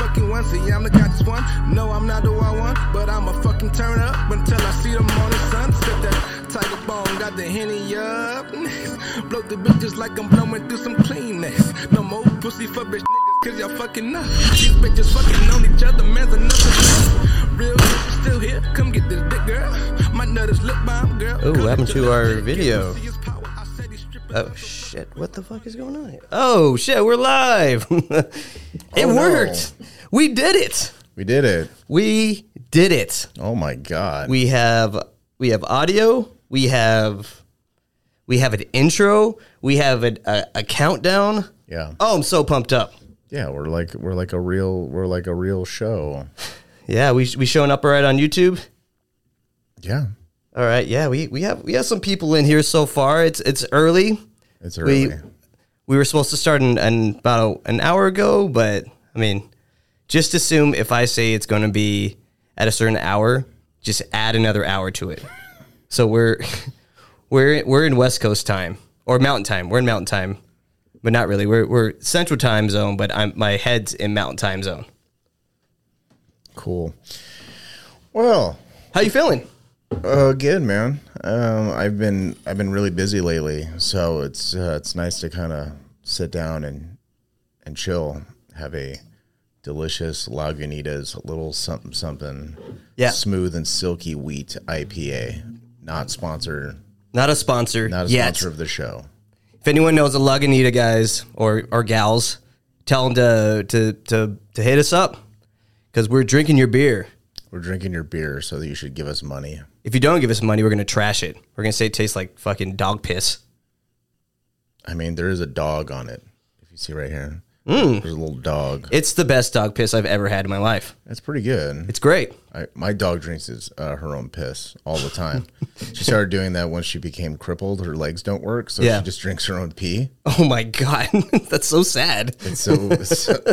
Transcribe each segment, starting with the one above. me, I'm the goddess one. No, I'm not the wild one, but I'ma fucking turn up until I see the morning sun. Sip that tiger bone, got the henny up. Blow the bitches like I'm blowing through some Kleenex. No more pussy for bitch niggas, cause y'all fucking up. These bitches fucking on each other, man's another. Real bitches still here, come get this dick, girl. My nut is lip balm, girl. Ooh, Come what happened get to your our lip dick, video? pussy is power. I said he stripped it Oh shit! What the fuck is going on? Here? Oh shit! We're live. it Oh, no. worked. We did it. We did it. We did it. Oh my god. We have we have audio. We have we have an intro. We have a, a, a countdown. yeah. Oh, I'm so pumped up. Yeah, we're like we're like a real we're like a real show. Yeah, we we showing up all right on YouTube. Yeah. All right. Yeah, we we have we have some people in here so far. It's it's early. It's early. we were supposed to start in, in about a- an hour ago, but I mean, just assume if I say it's going to be at a certain hour, just add another hour to it. So we're we're we're in West Coast time or Mountain time. We're in Mountain time, but not really. We're we're Central time zone, but I'm my head's in Mountain time zone. cool. Well, How you feeling? uh, good man. Um, I've been I've been really busy lately, so it's uh, it's nice to kind of sit down and and chill, have a delicious Lagunitas, little something something, Yeah. smooth and silky wheat IPA. Not sponsor, Not a sponsor not a yet. sponsor of the show. If anyone knows the Lagunita guys or or gals, tell them to to to, to hit us up because we're drinking your beer. We're drinking your beer, so that you should give us money. If you don't give us money, we're gonna trash it. We're gonna say it tastes like fucking dog piss. I mean, there is a dog on it. If you see right here, Mm. there's a little dog. It's the best dog piss I've ever had in my life. That's pretty good. It's great. I, my dog drinks his, uh, her own piss all the time. she started doing that once she became crippled. Her legs don't work, so Yeah. she just drinks her own pee. Oh my god, that's so sad. And so, so-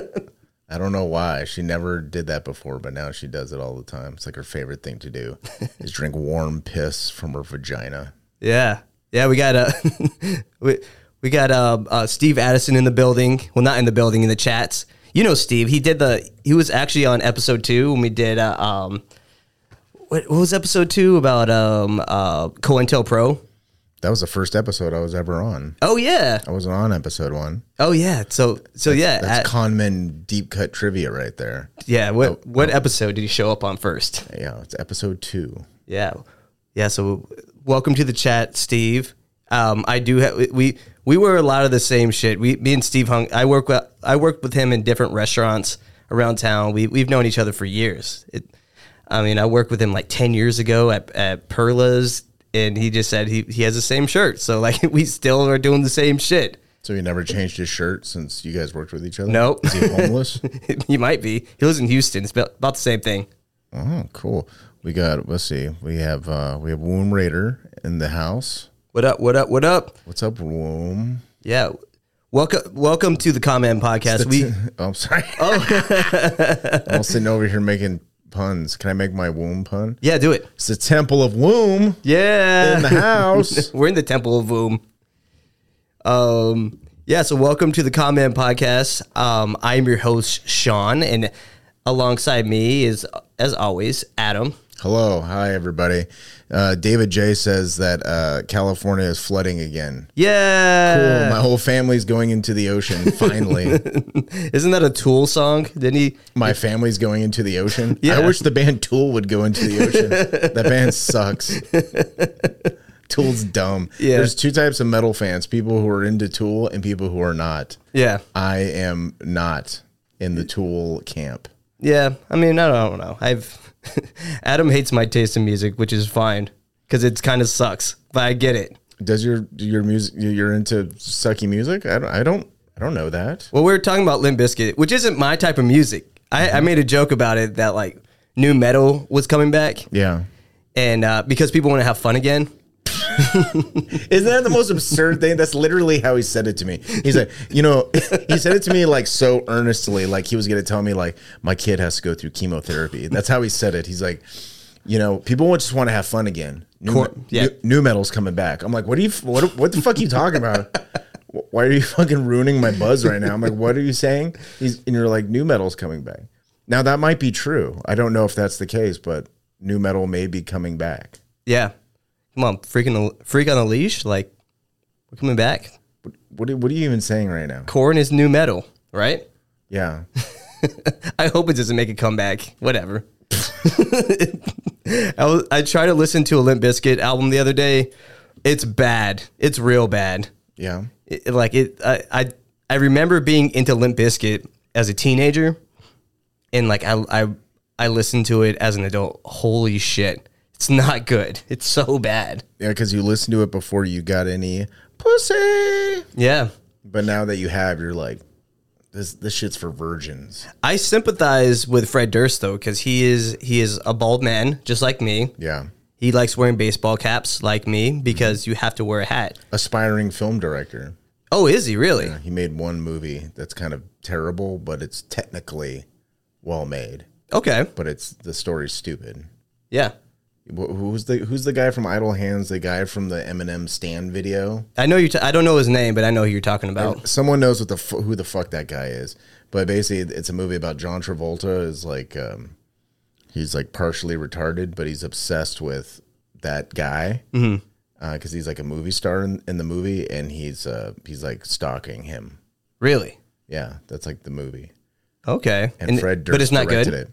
I don't know why she never did that before, but now she does it all the time. It's like her favorite thing to do is drink warm piss from her vagina. Yeah, yeah. We got uh, we we got uh, uh, Steve Addison in the building. Well, not in the building, in the chats. You know, Steve. He did the. He was actually on episode two when we did. Uh, um, what, what was episode two about? Um, uh, COINTELPRO. That was the first episode I was ever on. Oh yeah, I wasn't on episode one. oh yeah. So so yeah, That's at- conman deep cut trivia right there. yeah. What oh, what episode did he show up on first? Yeah, it's episode two. Yeah, yeah. So welcome to the chat, Steve. Um, I do have we we were a lot of the same shit. We me and Steve hung. I work with I worked with him in different restaurants around town. We we've known each other for years. It, I mean, I worked with him like ten years ago at at Perla's, and he just said he he has the same shirt. So like we still are doing the same shit. So he never changed his shirt since you guys worked with each other? Nope. Is he homeless? he might be. He lives in Houston. It's about, about the same thing. oh, cool. We got let's see. We have uh we have Womb Raider in the house. What up? What up? What up? What's up, Womb? Yeah. Welcome, welcome to the Comment Podcast. We oh, I'm sorry. Oh. I'm sitting over here making puns. Can I make my womb pun? yeah, do it. It's the temple of womb Yeah. in the house. We're in the Temple of Boom. Um, yeah, so welcome to the Comment Podcast. Um, I'm your host, Sean, and alongside me is, as always, Adam. Hello, hi everybody. Uh, David J says that uh, California is flooding again. Cool. Yeah. My whole family's going into the ocean finally. Isn't that a Tool song? Didn't he? my family's going into the ocean. Yeah. I wish the band Tool would go into the ocean. that band sucks. Tool's dumb. Yeah. There's two types of metal fans people who are into Tool and people who are not. Yeah. I am not in the Tool camp. Yeah. I mean, I don't know. I've Adam hates my taste in music, which is fine because it kind of sucks, but I get it. Does your your music you're into sucky music? I don't I don't I don't know that. Well, we were talking about Limp Bizkit, which isn't my type of music. I, I made a joke about it that like new metal was coming back. Yeah. and uh, because people want to have fun again. Isn't that the most absurd thing? That's literally how he said it to me. He's like, you know, he said it to me like so earnestly, like he was going to tell me like my kid has to go through chemotherapy. That's how he said it. He's like, you know, people want- just want to have fun again. New, Cor- me- yeah. new, new metal's coming back. I'm like, what are you? f- What what the fuck are you talking about? Why are you fucking ruining my buzz right now? I'm like, what are you saying? He's and you're like, new metal's coming back. Now that might be true. I don't know if that's the case, but new metal may be coming back. Yeah. Come on, freaking freak on a leash. Like we're coming back. What are, what are you even saying right now? Corn is new metal, right? Yeah. I hope it doesn't make a comeback. Whatever. I, was, I tried to listen to a Limp Bizkit album the other day. It's bad. It's real bad. Yeah. It- it- like it, I, I, I remember being into Limp Bizkit as a teenager, and like I, I, I listened to it as an adult. Holy shit, it's not good. It's so bad. Yeah, because you listened to it before you got any pussy. Yeah, But now that you have, you're like, this this shit's for virgins. I sympathize with Fred Durst though, because he is he is a bald man just like me. Yeah. He likes wearing baseball caps like me because you have to wear a hat. Aspiring film director. Oh, is he really? He made one movie that's kind of terrible, but it's technically well made. Okay, But it's the story's stupid. yeah. Wh- Who's the Who's the guy from Idle Hands? The guy from the Eminem Stand video. I know you. T- I don't know his name, but I know who you're talking about. Someone knows what the fu- who the fuck that guy is. But basically, it's a movie about John Travolta is like um, he's like partially retarded, but he's obsessed with that guy because he's like a movie star in, in the movie, and he's uh, he's like stalking him. Really? Yeah, that's like the movie. Okay. and, Fred Durst but it's not good. directed it.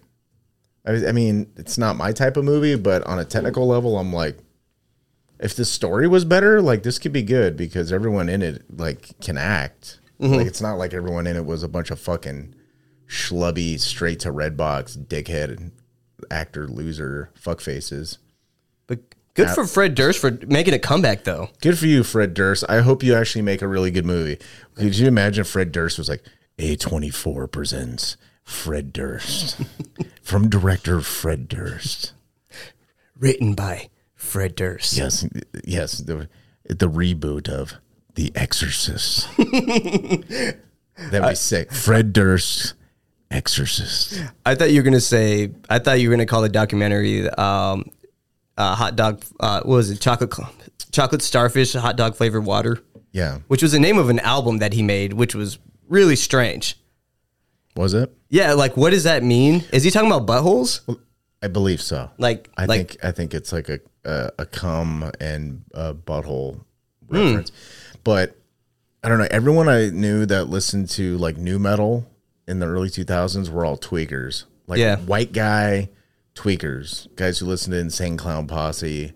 I, was- I mean, it's not my type of movie, but on a technical level, I'm like, if the story was better, like this could be good because everyone in it like can act. Mm-hmm. Like it's not like everyone in it was a bunch of fucking schlubby, straight to red box, dickhead actor, loser, fuck faces. But good for Fred Durst for making a comeback, though. Good for you, Fred Durst. I hope you actually make a really good movie. Could you imagine if Fred Durst was like, A24 presents Fred Durst from director Fred Durst? Written by Fred Durst. Yes, yes, the, the reboot of The Exorcist. That'd be sick. Fred Durst, Exorcist. I thought you were gonna say. I thought you were gonna call the documentary um, uh, hot dog. Uh, what was it? Chocolate, cl- chocolate starfish, hot dog flavored water, Yeah, which was the name of an album that he made, which was really strange. was it? Yeah, like what does that mean? Is he talking about buttholes? I believe so. Like, I like think I think it's like a a, a cum and a butthole reference, but I don't know. Everyone I knew that listened to like new metal in the early two thousands were all tweakers, like Yeah. white guy tweakers, guys who listen to Insane Clown Posse.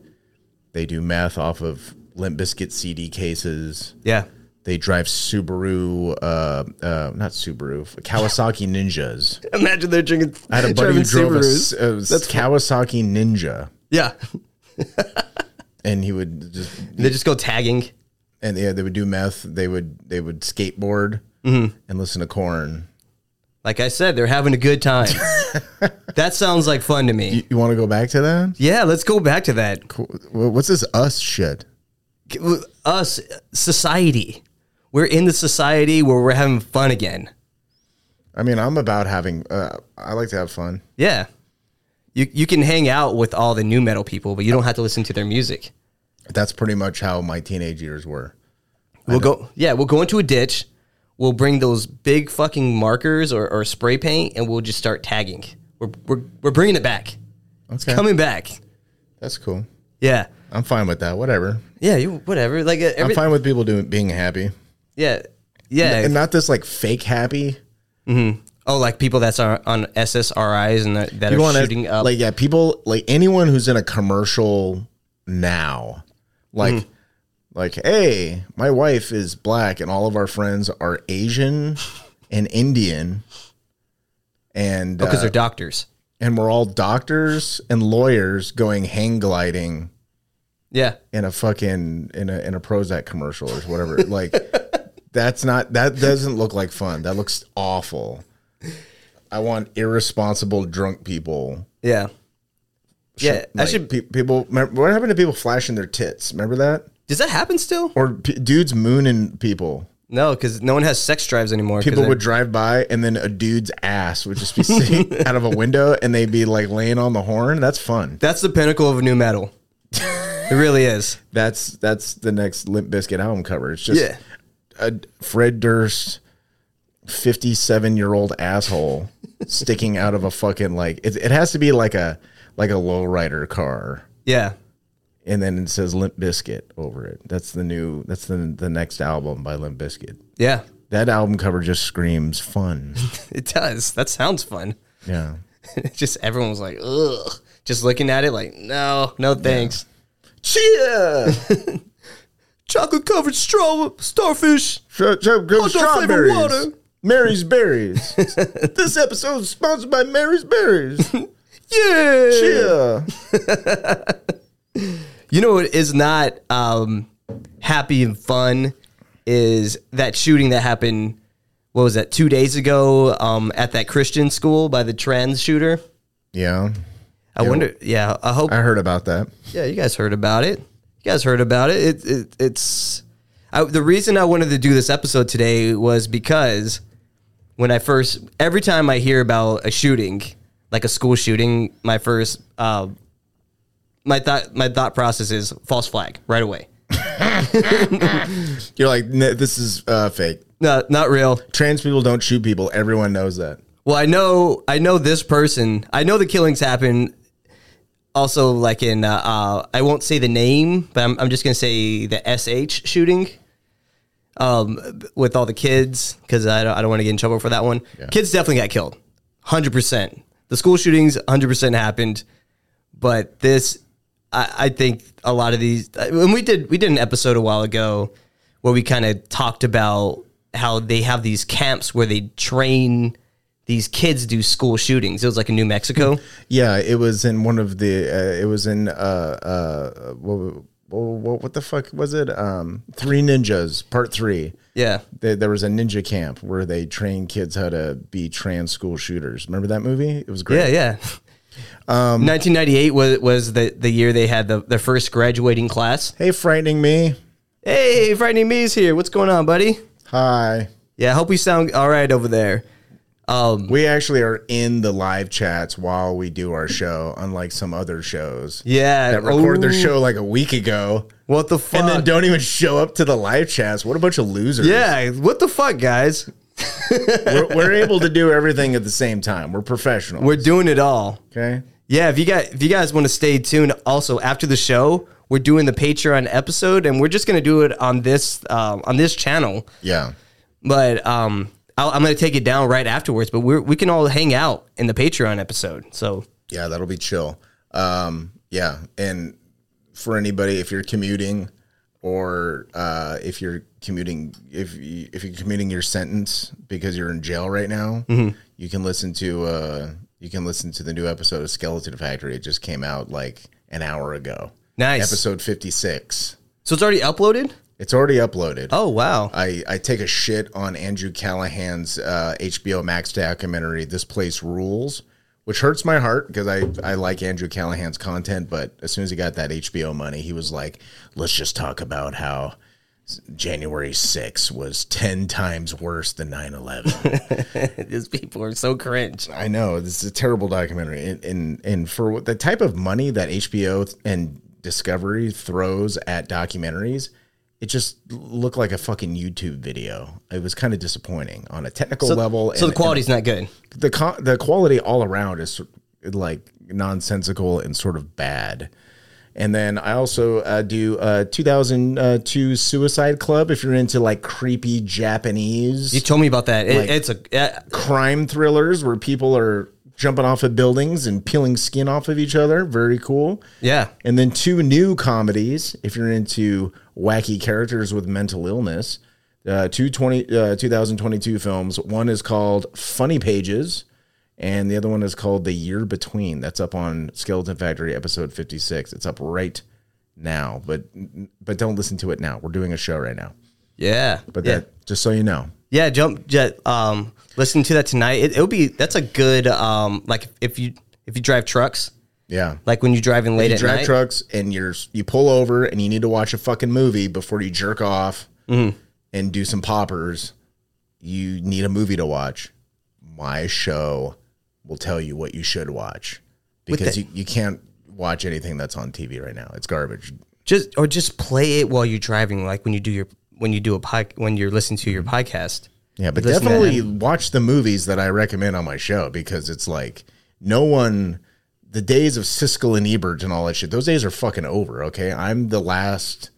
They do meth off of Limp Bizkit CD cases. yeah, They drive Subaru, uh, uh, not Subaru, Kawasaki Ninjas. Imagine they're drinking. I had a buddy who drove a, Subarus. s- a s- Kawasaki Ninja. yeah, and he would just they just go tagging. and yeah they would do meth they would they would skateboard Mm-hmm. and listen to corn Like I said, they're having a good time. that sounds like fun to me. you want to go back to that Yeah, let's go back to that. cool. Wha- what's this us shit Us, society. We're in the society where we're having fun again. i mean i'm about having uh, i like to have fun Yeah. You, you can hang out with all the new metal people, but you don't have to listen to their music. that's pretty much how my teenage years were We'll go, yeah, we'll go into a ditch. We'll bring those big fucking markers or, or spray paint and we'll just start tagging. We're, we're, we're bringing it back. It's Okay. coming back. that's cool Yeah. i'm fine with that whatever Yeah. You, whatever. Like, uh, i'm every, fine with people doing being happy yeah. Yeah. and not this like fake happy Oh, like people that's on, on SSRIs and that, that you are want shooting to up. like yeah people like anyone who's in a commercial now like Hmm. like hey my wife is black and all of our friends are asian and indian and because uh, Oh, they're doctors. and we're all doctors and lawyers going hang gliding Yeah, in a fucking in a in a Prozac commercial or whatever like that's not that doesn't look like fun that looks awful i want irresponsible drunk people yeah, yeah. I Like, should. pe- people. Remember, what happened to people flashing their tits? Remember that? Does that happen still? Or p- dudes mooning people. No, because no one has sex drives anymore. 'cause People they- would drive by, and then a dude's ass would just be sitting out of a window, and they'd be like laying on the horn. That's fun. That's the pinnacle of new metal. it really is. That's that's the next Limp Biscuit album cover. It's just Yeah. a Fred Durst, 57 year old asshole sticking out of a fucking like it, it has to be like a like a lowrider car Yeah. and then it says limp biscuit over it that's the new that's the the next album by limp biscuit Yeah. that album cover just screams fun It does. That sounds fun. yeah just everyone was like, ugh. Just looking at it like, no, no thanks. cheer Chocolate covered straw starfish. Shut up, go dog flavored strawberries. water. Mary's Berries. this episode is sponsored by Mary's Berries. Yeah. Yeah. You know what is not um, happy and fun is that shooting that happened. What was that? Two days ago, um, at that Christian school by the trans shooter. Yeah. Uh, I wonder. Yeah, I hope. I heard about that. Yeah, you guys heard about it. You guys heard about it. It, it it's I, the reason I wanted to do this episode today was because when I first every time I hear about a shooting, like a school shooting, my first uh, my thought my thought process is false flag right away. You're like, "N- this is uh, fake. No, not real. Trans people don't shoot people. Everyone knows that. Well, I know, I know this person. I know the killings happen. Also, like in, uh, uh, I won't say the name, but I'm, I'm just gonna say the SH shooting, um, with all the kids because I don't, I don't want to get in trouble for that one. Kids definitely got killed, hundred percent. The school shootings, hundred percent happened, but this, I, I think a lot of these, and we did, we did an episode a while ago where we kind of talked about how they have these camps where they train these kids do school shootings. It was like in New Hmm. Mexico. Yeah, it was in one of the. Uh, it was in uh, uh, what, what, what the fuck was it? Um, Three Ninjas Part Three. Yeah. There, there was a ninja camp where they trained kids how to be trans school shooters. Remember that movie? It was great. Yeah, yeah. Um, 1998 was was the, the year they had the, the first graduating class. Hey, frightening me. Hey, Frightening Me's here. What's going on, buddy? Hi. Yeah, I hope we sound all right over there. We actually are in the live chats while we do our show, unlike some other shows Yeah. that record their Ooh, show like a week ago What the Oh. fuck? and then don't even show up to the live chats. What a bunch of losers. yeah, what the fuck, guys? We're, we're able to do everything at the same time. We're professional. We're doing it all. okay. Yeah, if you got if you guys want to stay tuned, also after the show, we're doing the Patreon episode, and we're just gonna do it on this um, on this channel. Yeah. But um, I'll, I'm gonna take it down right afterwards. But we we can all hang out in the Patreon episode. So Yeah. That'll be chill. Um, yeah. And for anybody, if you're commuting or uh, if you're commuting, if, you, if you're commuting your sentence because you're in jail right now, you can listen to, uh, you can listen to the new episode of Skeleton Factory. It just came out like an hour ago. nice. Episode 56. So it's already uploaded. It's already uploaded. Oh wow. I, I take a shit on Andrew Callahan's uh, HBO Max documentary, This Place Rules, which hurts my heart because I, I like Andrew Callahan's content. But as soon as he got that HBO money, he was like, let's just talk about how s- January 6th was 10 times worse than 9 11. These people are so cringe. I know this is a terrible documentary, and and, and for what the type of money that HBO and Discovery throws at documentaries, it just looked like a fucking YouTube video. It was kind of disappointing on a technical level. So and- the quality's not good. and the co- the quality all around is like nonsensical and sort of bad. And then I also uh, do uh, 2002 Suicide Club. If you're into like creepy Japanese, You told me about that. It, it's a uh, crime thrillers where people are jumping off of buildings and peeling skin off of each other. Very cool. yeah. And then two new comedies if you're into wacky characters with mental illness. Uh, two 20, uh, 2022 films. One is called Funny Pages, and the other one is called The Year Between. That's up on Skeleton Factory episode 56. It's up right now, but but don't listen to it now. We're doing a show right now. Yeah. But yeah. that just so you know. Yeah, jump jet. Um, listen to that tonight. It, it'll be that's a good um, like if you if you drive trucks, Yeah. like when you're driving late you at drive night. trucks and you're you pull over and you need to watch a fucking movie before you jerk off and do some poppers you need a movie to watch my show will tell you what you should watch because the- you, you can't watch anything that's on tv right now it's garbage Just or just play it while you're driving, like when you do your when you do a pod, when you're listening to your podcast. Mm-hmm. Yeah, but listen to definitely him. watch the movies that I recommend on my show because it's like no one. The days of Siskel and Ebert and all that shit, those days are fucking over. Okay, I'm the last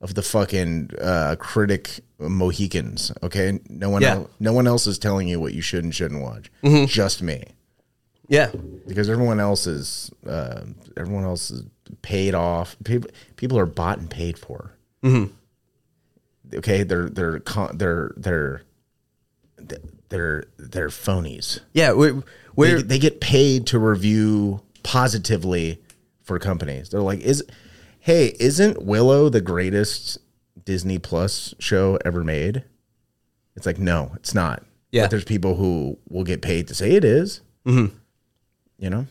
of the fucking uh, critic Mohicans. Okay, no one, Yeah. Mm-hmm. el- no one else is telling you what you should and shouldn't watch. Just me, Yeah. because everyone else is, uh, everyone else is paid off. People, people are bought and paid for okay they're they're con- they're they're they're they're phonies Yeah. We're, they, we're, they get paid to review positively for companies they're like is hey isn't willow the greatest disney plus show ever made it's like no it's not Yeah. but there's people who will get paid to say it is. you know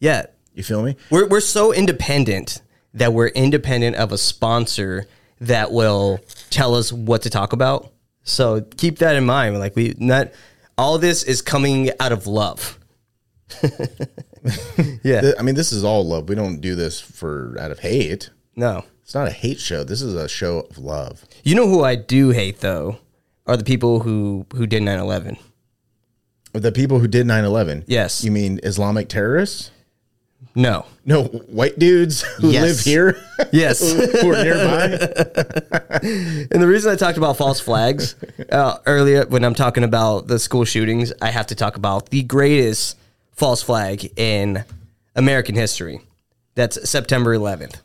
yeah. you feel me We're, we're so independent that we're independent of a sponsor that will tell us what to talk about. So keep that in mind. Like we not all this is coming out of love. yeah. i mean this is all love we don't do this for out of hate No. it's not a hate show this is a show of love You know who I do hate though are the people who who did 9/11. The people who did 9 11. Yes. You mean Islamic terrorists? No. No, white dudes who Yes. live here Yes. who are nearby. And the reason I talked about false flags uh, earlier when I'm talking about the school shootings, I have to talk about the greatest false flag in American history. That's September 11th.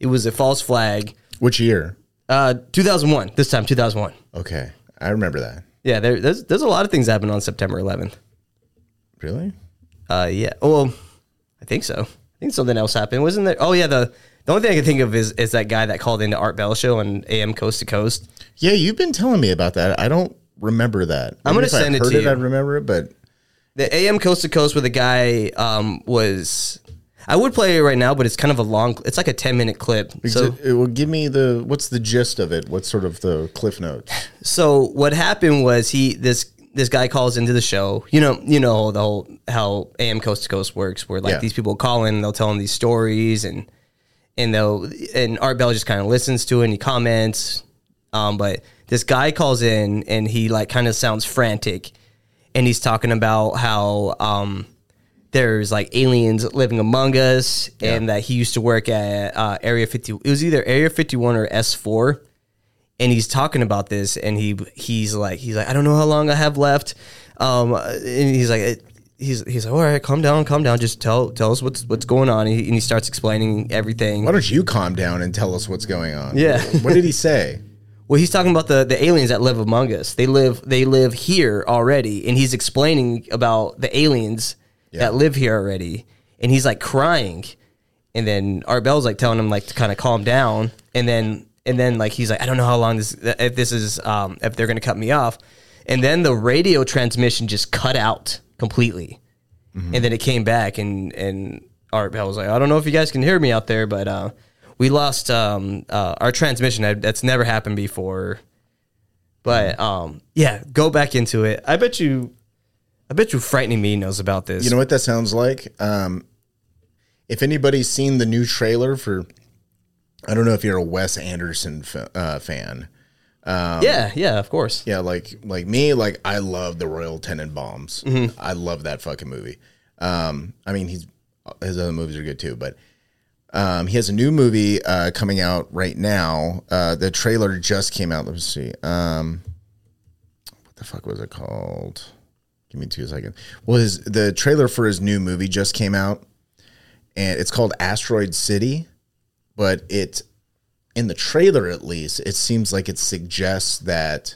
It was a false flag. Which year? Uh, 2001. This time, 2001. Okay. I remember that. Yeah, there, there's there's a lot of things happened on September 11th. Really? Uh, yeah. Well, I think so. I think something else happened, wasn't there? Oh yeah. The the only thing I can think of is is that guy that called into Art Bell show on AM Coast to Coast. Yeah, you've been telling me about that. I don't remember that. I'm gonna Maybe if I send it heard to you. I'd remember it, but the AM Coast to Coast where the guy um, was. I would play it right now, but it's kind of a long. It's like a ten minute clip. So, it, it will give me the what's the gist of it? What's sort of the cliff notes? so what happened was he this this guy calls into the show. You know, you know the whole how AM Coast to Coast works, where like Yeah. these people call in, and they'll tell him these stories, and and they'll and Art Bell just kind of listens to it and he comments. Um, but this guy calls in and he like kind of sounds frantic, and he's talking about how um, there's like aliens living among us, and that he used to work at uh, Area 50. It was either Area 51 or S4, and he's talking about this, and he he's like he's like I don't know how long I have left, um, and he's like. It, He's, he's like, all right, calm down, calm down. Just tell tell us what's what's going on. And he, and he starts explaining everything. Why don't you calm down and tell us what's going on? Yeah. what did he say? Well, he's talking about the, the aliens that live among us. They live they live here already, and he's explaining about the aliens that live here already, and he's like crying, and then Art Bell's like telling him like to kind of calm down, and then and then like he's like I don't know how long this if this is um, if they're gonna cut me off, and then the radio transmission just cut out completely, and then it came back and and Art Bell was like, I don't know if you guys can hear me out there, but uh, we lost um, uh, our transmission. That- That's never happened before. But um, yeah, go back into it. I bet you, I bet you, frightening me knows about this. You know what that sounds like? Um, if anybody's seen the new trailer for, I don't know if you're a Wes Anderson fa- uh, fan. yeah, yeah, of course. Yeah, like like me, like I love the Royal Tenenbaums. I love that fucking movie. Um, I mean, he's his other movies are good too, but um, he has a new movie uh, coming out right now. Uh, the trailer just came out. Let me see. Um, what the fuck was it called? Give me two seconds. Well, his the trailer for his new movie just came out, and it's called Asteroid City, but it in the trailer at least it seems like it suggests that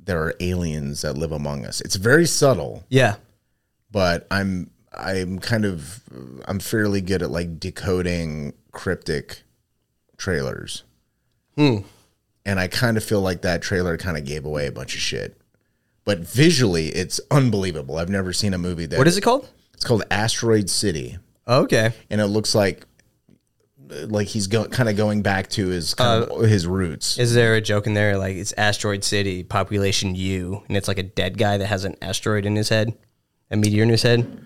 there are aliens that live among us. It's very subtle, Yeah, but I'm I'm kind of I'm fairly good at like decoding cryptic trailers. Hmm. And I kind of feel like that trailer kind of gave away a bunch of shit. But visually it's unbelievable. I've never seen a movie that what is it called? it's called Asteroid City Okay, and it looks like like he's go, kind of going back to his kind Uh, of, his roots. is there a joke in there like it's asteroid city, population U, and it's like a dead guy that has an asteroid in his head, a meteor in his head?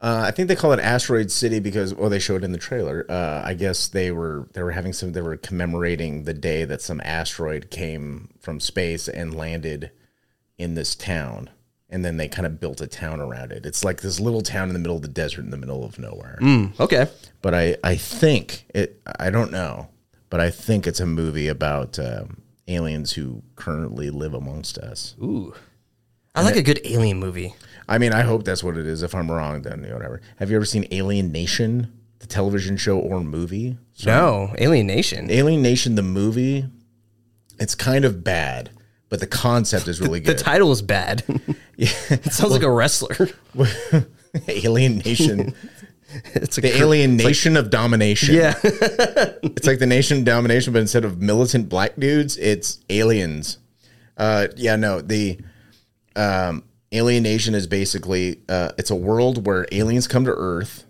Uh, I think they call it Asteroid City because, well, they showed it in the trailer. Uh, I guess they were they were having some they were commemorating the day that some asteroid came from space and landed in this town, and then they kind of built a town around it. It's like this little town in the middle of the desert, in the middle of nowhere. Mm. Hmm, Okay. But I, I think it. I don't know, but I think it's a movie about um, aliens who currently live amongst us. Ooh. I like a good alien movie. I mean, I hope that's what it is. If I'm wrong, then you know, whatever. Have you ever seen Alien Nation, the television show or movie? No, Alien Nation. Alien Nation, the movie, it's kind of bad, but the concept is really The good. title is bad. it sounds like a wrestler. Alien Nation, It's a the cr- Alien Nation of Domination. Yeah. it's like the Nation of Domination, but instead of militant black dudes, it's aliens. Uh, yeah, no, the um, Alien Nation is basically uh, it's a world where aliens come to Earth,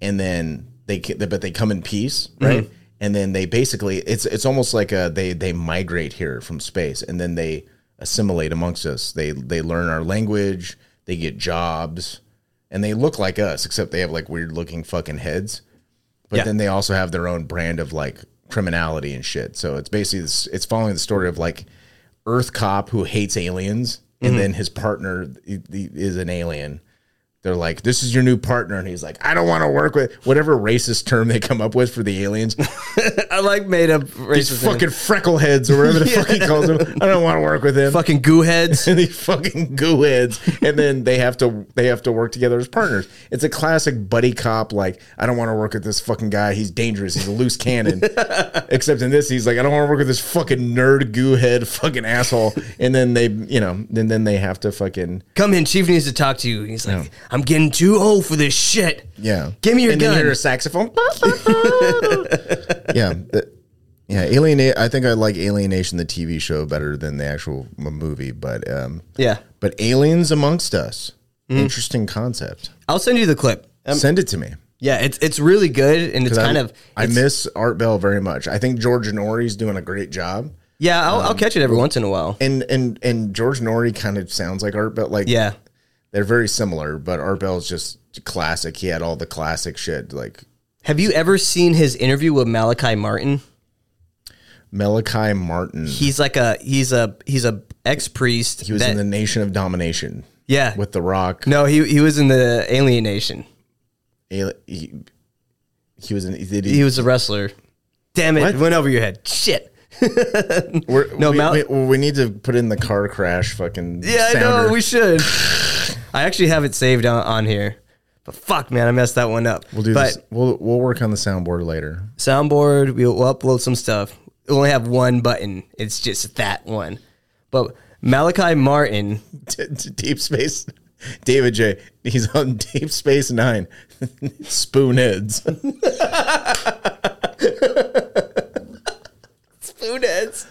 and then they ca- but they come in peace, right? And then they basically it's it's almost like uh they they migrate here from space, and then they assimilate amongst us. They they learn our language, they get jobs, and they look like us, except they have like weird looking fucking heads. But Yeah. then they also have their own brand of like criminality and shit. So it's basically this, it's following the story of like Earth cop who hates aliens, Mm-hmm. and then his partner i- i- is an alien. They're like, "This is your new partner," and he's like, "I don't want to work with whatever racist term they come up with for the aliens. I like made up These racist names. fucking freckleheads or whatever the fuck he calls them. I don't want to work with him. fucking goo heads. And these fucking goo heads, and then they have to they have to work together as partners. It's a classic buddy cop. Like I don't want to work with this fucking guy. He's dangerous. He's a loose cannon. Except in this, he's like I don't want to work with this fucking nerd goo head fucking asshole. And then they, you know, then then they have to fucking Come in, Chief needs to talk to you. He's like, I'm getting too old for this shit. yeah. Give me your and gun. Then you hear a saxophone. yeah. the- yeah, alienate. I think I like Alienation, the TV show, better than the actual m- movie. But um, yeah. but aliens amongst us, interesting concept. I'll send you the clip. Um, Send it to me. yeah, it's it's really good and it's kind I, of I it's- miss Art Bell very much. I think George Nori's doing a great job. Yeah, I'll, um, I'll catch it every once in a while. And and and George Nori kind of sounds like Art Bell. Like Yeah. they're very similar, but Art Bell's just classic. He had all the classic shit like Have you ever seen his interview with Malachi Martin? Malachi Martin. He, He's like a he's a he's a ex priest. was in the Nation of Domination yeah. with The Rock. no, he he was in the Alienation. Ali- he, he was in. Did he, He was a wrestler. Damn it! What? Went over your head. Shit. we're- no, we, Mal- we, we need to put in the car crash fucking. Yeah, I know. sounder. We should. I actually have it saved on, on here, but fuck, man, I messed that one up. we'll do but this. We'll we'll work on the soundboard later. soundboard. We'll, we'll upload some stuff. We only have one button. It's just that one. But Malachi Martin. to, to Deep Space. David J. He's on Deep Space Nine. Spoonheads. Spoonheads.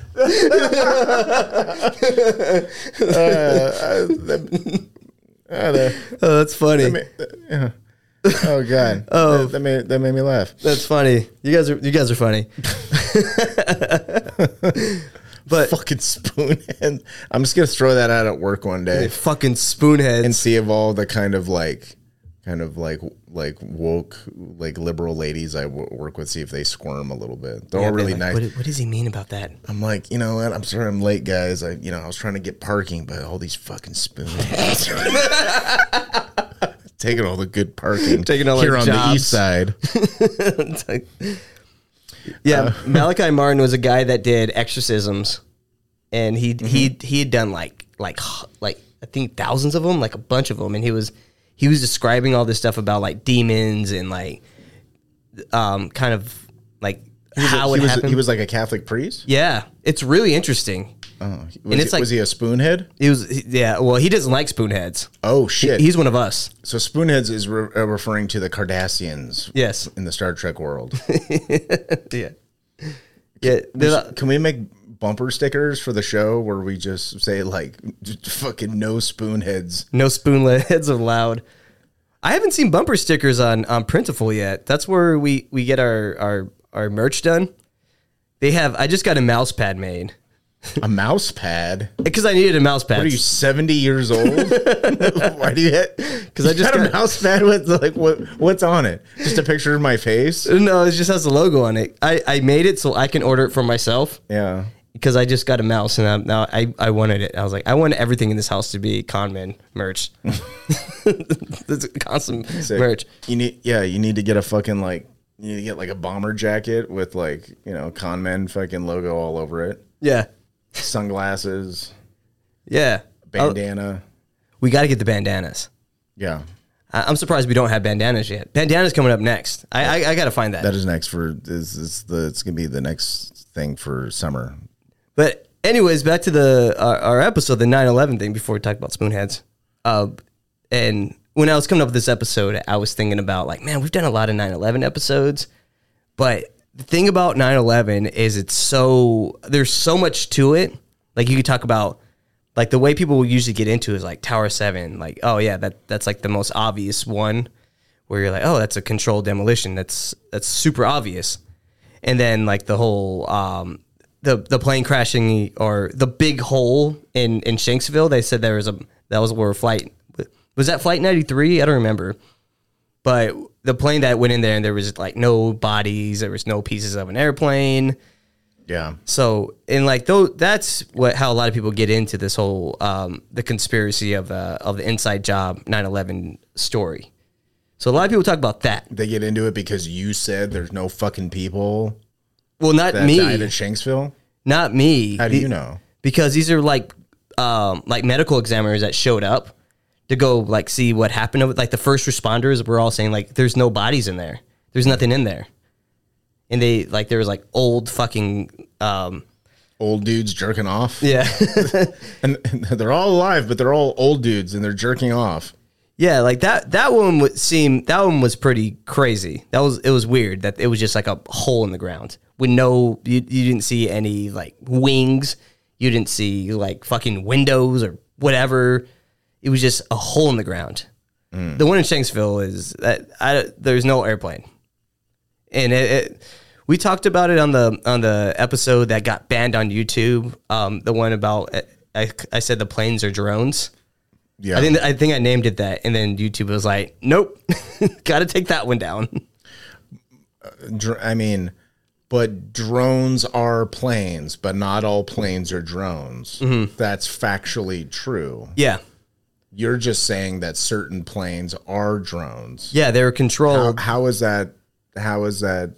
Oh, that's funny. Oh God. Oh, that, that made that made me laugh. That's funny. You guys are you guys are funny. but Fucking spoonheads. I'm just gonna throw that out at work one day fucking spoonheads. and see if all the kind of like, kind of like like woke like liberal ladies I w- work with see if they squirm a little bit. They're all really Like, nice. What, what does he mean about that? I'm like, you know what? I'm sorry I'm late, guys. I, you know, I was trying to get parking, but all these fucking spoons. Taking all the good parking. Taking all here our on the jobs. east side. It's like- Uh. yeah, Malachi Martin was a guy that did exorcisms, and he Mm-hmm. he he had done like like h- like I think thousands of them, like a bunch of them, and he was he was describing all this stuff about like demons and like um kind of like how he it was happened. he was like a Catholic priest. yeah, it's really interesting. Oh, was, it's he, like- was he a spoonhead? It was he- yeah. Well, he doesn't like spoonheads. Oh shit! He's one of us. so spoonheads is re- uh, referring to the Cardassians Yes. in the Star Trek world. Yeah. Yeah. there's- Can we make bumper stickers for the show where we just say like, "Fucking no spoonheads"? No spoonlet heads allowed. I haven't seen bumper stickers on on Printful yet. That's where we we get our our our merch done. They have. I just got a mouse pad made A mouse pad. because I needed a mouse pad. What are you, 70 years old? Why do you Because I just got a got- mouse pad with like what what's on it? Just a picture of my face? no, it just has the logo on it. I I made it so I can order it for myself. Yeah. because I just got a mouse and i now I, I wanted it. I was like, I want everything in this house to be conman merch. That's constant Sick. merch. You need, yeah, you need to get a fucking like, you need to get like a bomber jacket with like, you know, con men fucking logo all over it, Yeah, sunglasses, yeah. Oh, bandana. we got to get the bandanas. Yeah, I, I'm surprised we don't have bandanas yet. Bandanas coming up next. I I, I got to find that. that is next for is is the it's gonna be the next thing for summer. But anyways, back to the our, our episode, the 9-11 thing. Before we talk about spoonheads, uh, and when I was coming up with this episode, I was thinking about like, man, we've done a lot of 9-11 episodes, but the thing about 9-11 is it's so there's so much to it. Like you could talk about like the way people will usually get into is like Tower Seven. Like, oh yeah, that that's like the most obvious one where you're like, oh, that's a controlled demolition. That's that's super obvious and then like the whole um the the plane crashing or the big hole in in Shanksville. They said there was a that was where flight was that flight ninety three. I don't remember, but the plane that went in there and there was like no bodies. There was no pieces of an airplane. Yeah, So and like though that's what how a lot of people get into this whole um, the conspiracy of uh, of the inside job 9-11 story. So a lot of people talk about that. they get into it because you said there's no fucking people Well, not that died in me, Shanksville. not me. How do The- you know? because these are like um, like medical examiners that showed up to go like see what happened. Like the first responders were all saying like there's no bodies in there, there's nothing in there, and they like there was like old fucking um, Old dudes jerking off, yeah and, and they're all alive, but they're all old dudes and they're jerking off. yeah like that that one would seem that one was pretty crazy. That was it was weird that it was just like a hole in the ground with no you you didn't see any like wings, you didn't see like fucking windows or whatever. It was just a hole in the ground. The one in Shanksville is that I, there's no airplane, and it, it, we talked about it on the on the episode that got banned on YouTube. Um, the one about I, I said the planes are drones. Yeah, I think I think I named it that, and then YouTube was like, "Nope, got to take that one down." Dr- I mean, but drones are planes, but not all planes are drones. Mm-hmm. That's factually true. Yeah, You're just saying that certain planes are drones. yeah, they were controlled. How is that? How is that?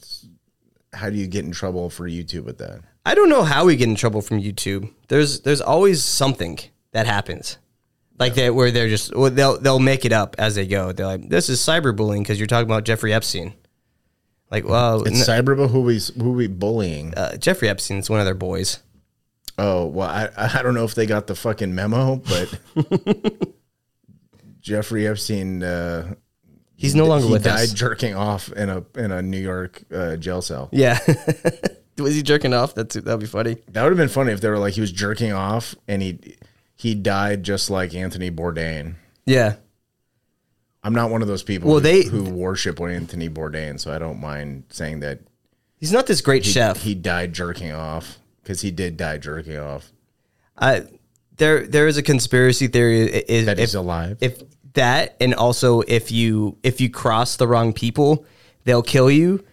How do you get in trouble for YouTube with that? I don't know how we get in trouble from YouTube. There's there's always something that happens, like that where they're just well, they'll they'll make it up as they go. They're like, "This is cyberbullying" because you're talking about Jeffrey Epstein. Like, well, n- Cyber, who we who we bullying? uh, Jeffrey Epstein's one of their boys. Oh well, I I don't know if they got the fucking memo, but Jeffrey Epstein uh, He's no longer he with died us. jerking off in a in a New York uh, jail cell. Yeah, was he jerking off? That's that'd be funny. That would have been funny if they were like he was jerking off and he he died just like Anthony Bourdain. Yeah, I'm not one of those people Well, who, they- who worship Anthony Bourdain, so I don't mind saying that he's not this great chef. he died jerking off because he did die jerking off. I there there is a conspiracy theory i- is That he's if, alive. if that and also if you if you cross the wrong people, they'll kill you.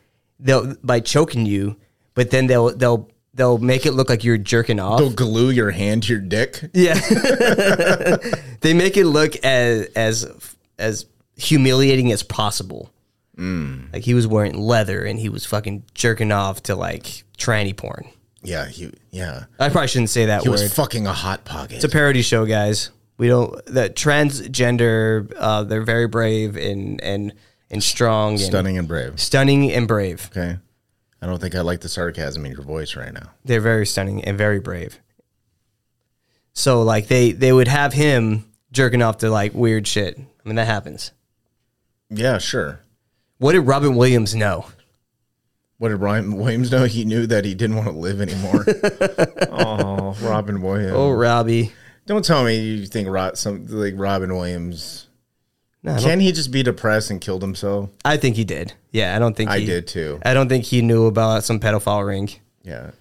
They'll by choking you, but then they'll they'll they'll make it look like you're jerking off. They'll glue your hand to your dick. yeah, they make it look as as as humiliating as possible. Mm. Like he was wearing leather and he was fucking jerking off to like tranny porn. Yeah, he yeah. I probably shouldn't say that He word. was fucking a hot pocket. It's a parody show, guys. We don't the transgender. Uh, they're very brave and and and strong, and Stunning and brave. stunning and brave. Okay. I don't think I like the sarcasm in your voice right now. They're very stunning and very brave. So like they they would have him jerking off to like weird shit. I mean that happens. Yeah, sure. What did Robin Williams know? What did Ryan Williams know? He knew that he didn't want to live anymore. oh, Robin Williams. Oh, Robbie. Don't tell me you think Rod, some like Robin Williams. No, I, don't- Can he just be depressed and killed himself? I think he did. Yeah, I don't think I he, did too. I don't think he knew about some pedophile ring. Yeah.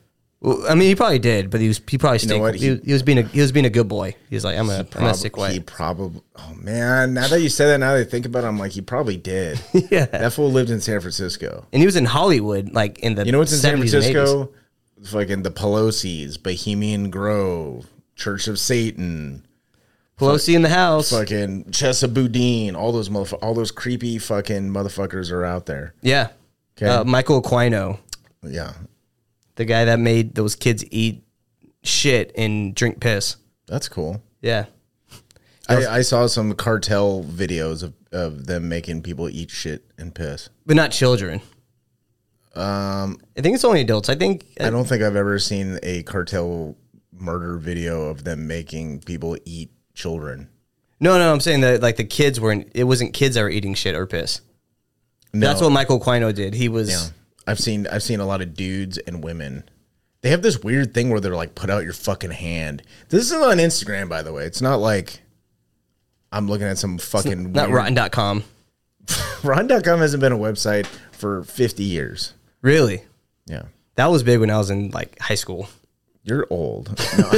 Well, I mean, he probably did, but he was he probably stayed, what? he, He- he was being a he was being a good boy. He was like, I'm a am Prob- a sick white. He probably. Oh man! Now that you say that, now that I think about it, I'm like, he probably did. Yeah. That fool lived in San Francisco. and he was in Hollywood, like in the You know what's in San 70s and 80s. Francisco? fucking the Pelosi's, Bohemian Grove, Church of Satan, Pelosi in the house. fucking Chesa Boudin, all those motherf- all those creepy fucking motherfuckers are out there. Yeah. Okay. Uh, Michael Aquino, Yeah. the guy that made those kids eat shit and drink piss. That's cool. Yeah. I, I saw some cartel videos of, of them making people eat shit and piss. But not children. Um, I think it's only adults. I think uh, I don't think I've ever seen a cartel murder video of them making people eat children. no, no. I'm saying that like the kids weren't. It wasn't kids that were eating shit or piss. No, That's what Michael Aquino did. He was. I've seen I've seen a lot of dudes and women. They have this weird thing where they're like, put out your fucking hand. This is on Instagram, by the way. It's not like I'm looking at some fucking Not weird- rotten.com. Ron.com hasn't been a website for 50 years. Really? Yeah. That was big when I was in like high school. You're old. No.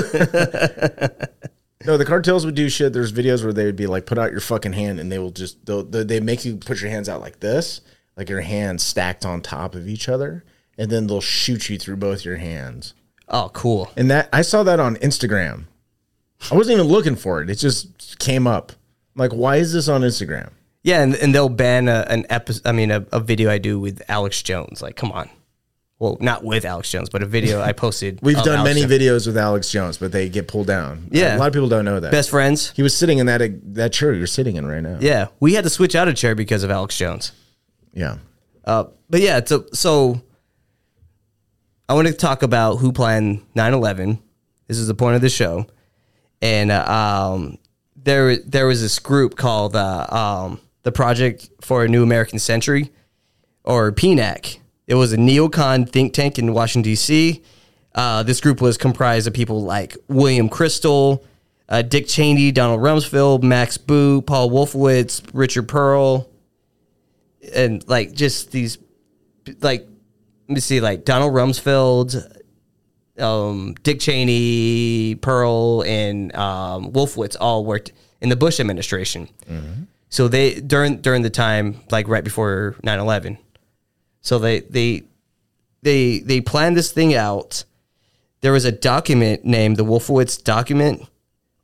No, the cartels would do shit. There's videos where they would be like, put out your fucking hand, and they will just, they'll, they they make you put your hands out like this, like your hands stacked on top of each other, and then they'll shoot you through both your hands. Oh, cool. And that, I saw that on Instagram. I wasn't even looking for it. It just came up. Like, why is this on Instagram? Yeah, and, and they'll ban a, an episode. I mean, a, a video I do with Alex Jones. Like, come on. Well, not with Alex Jones, but a video I posted. We've of done Oh, Alex many Jones. videos with Alex Jones, but they get pulled down. Yeah. A lot of people don't know that. Best friends. He was sitting in that that chair you're sitting in right now. Yeah, we had to switch out a chair because of Alex Jones. Yeah. Uh, but yeah, so, so I want to talk about who planned 9 11. This is the point of the show. And uh, um, there, there was this group called uh, um, the Project for a New American Century, or PNAC. It was a neocon think tank in Washington, D.C. Uh, this group was comprised of people like William Crystal, uh, Dick Cheney, Donald Rumsfeld, Max Boo, Paul Wolfowitz, Richard Pearl, and like just these like let me see like Donald Rumsfeld, um, Dick Cheney, Pearl, and um, Wolfowitz all worked in the Bush administration. So they during during the time like right before 9-11. So they they they they planned this thing out. There was a document named the Wolfowitz document.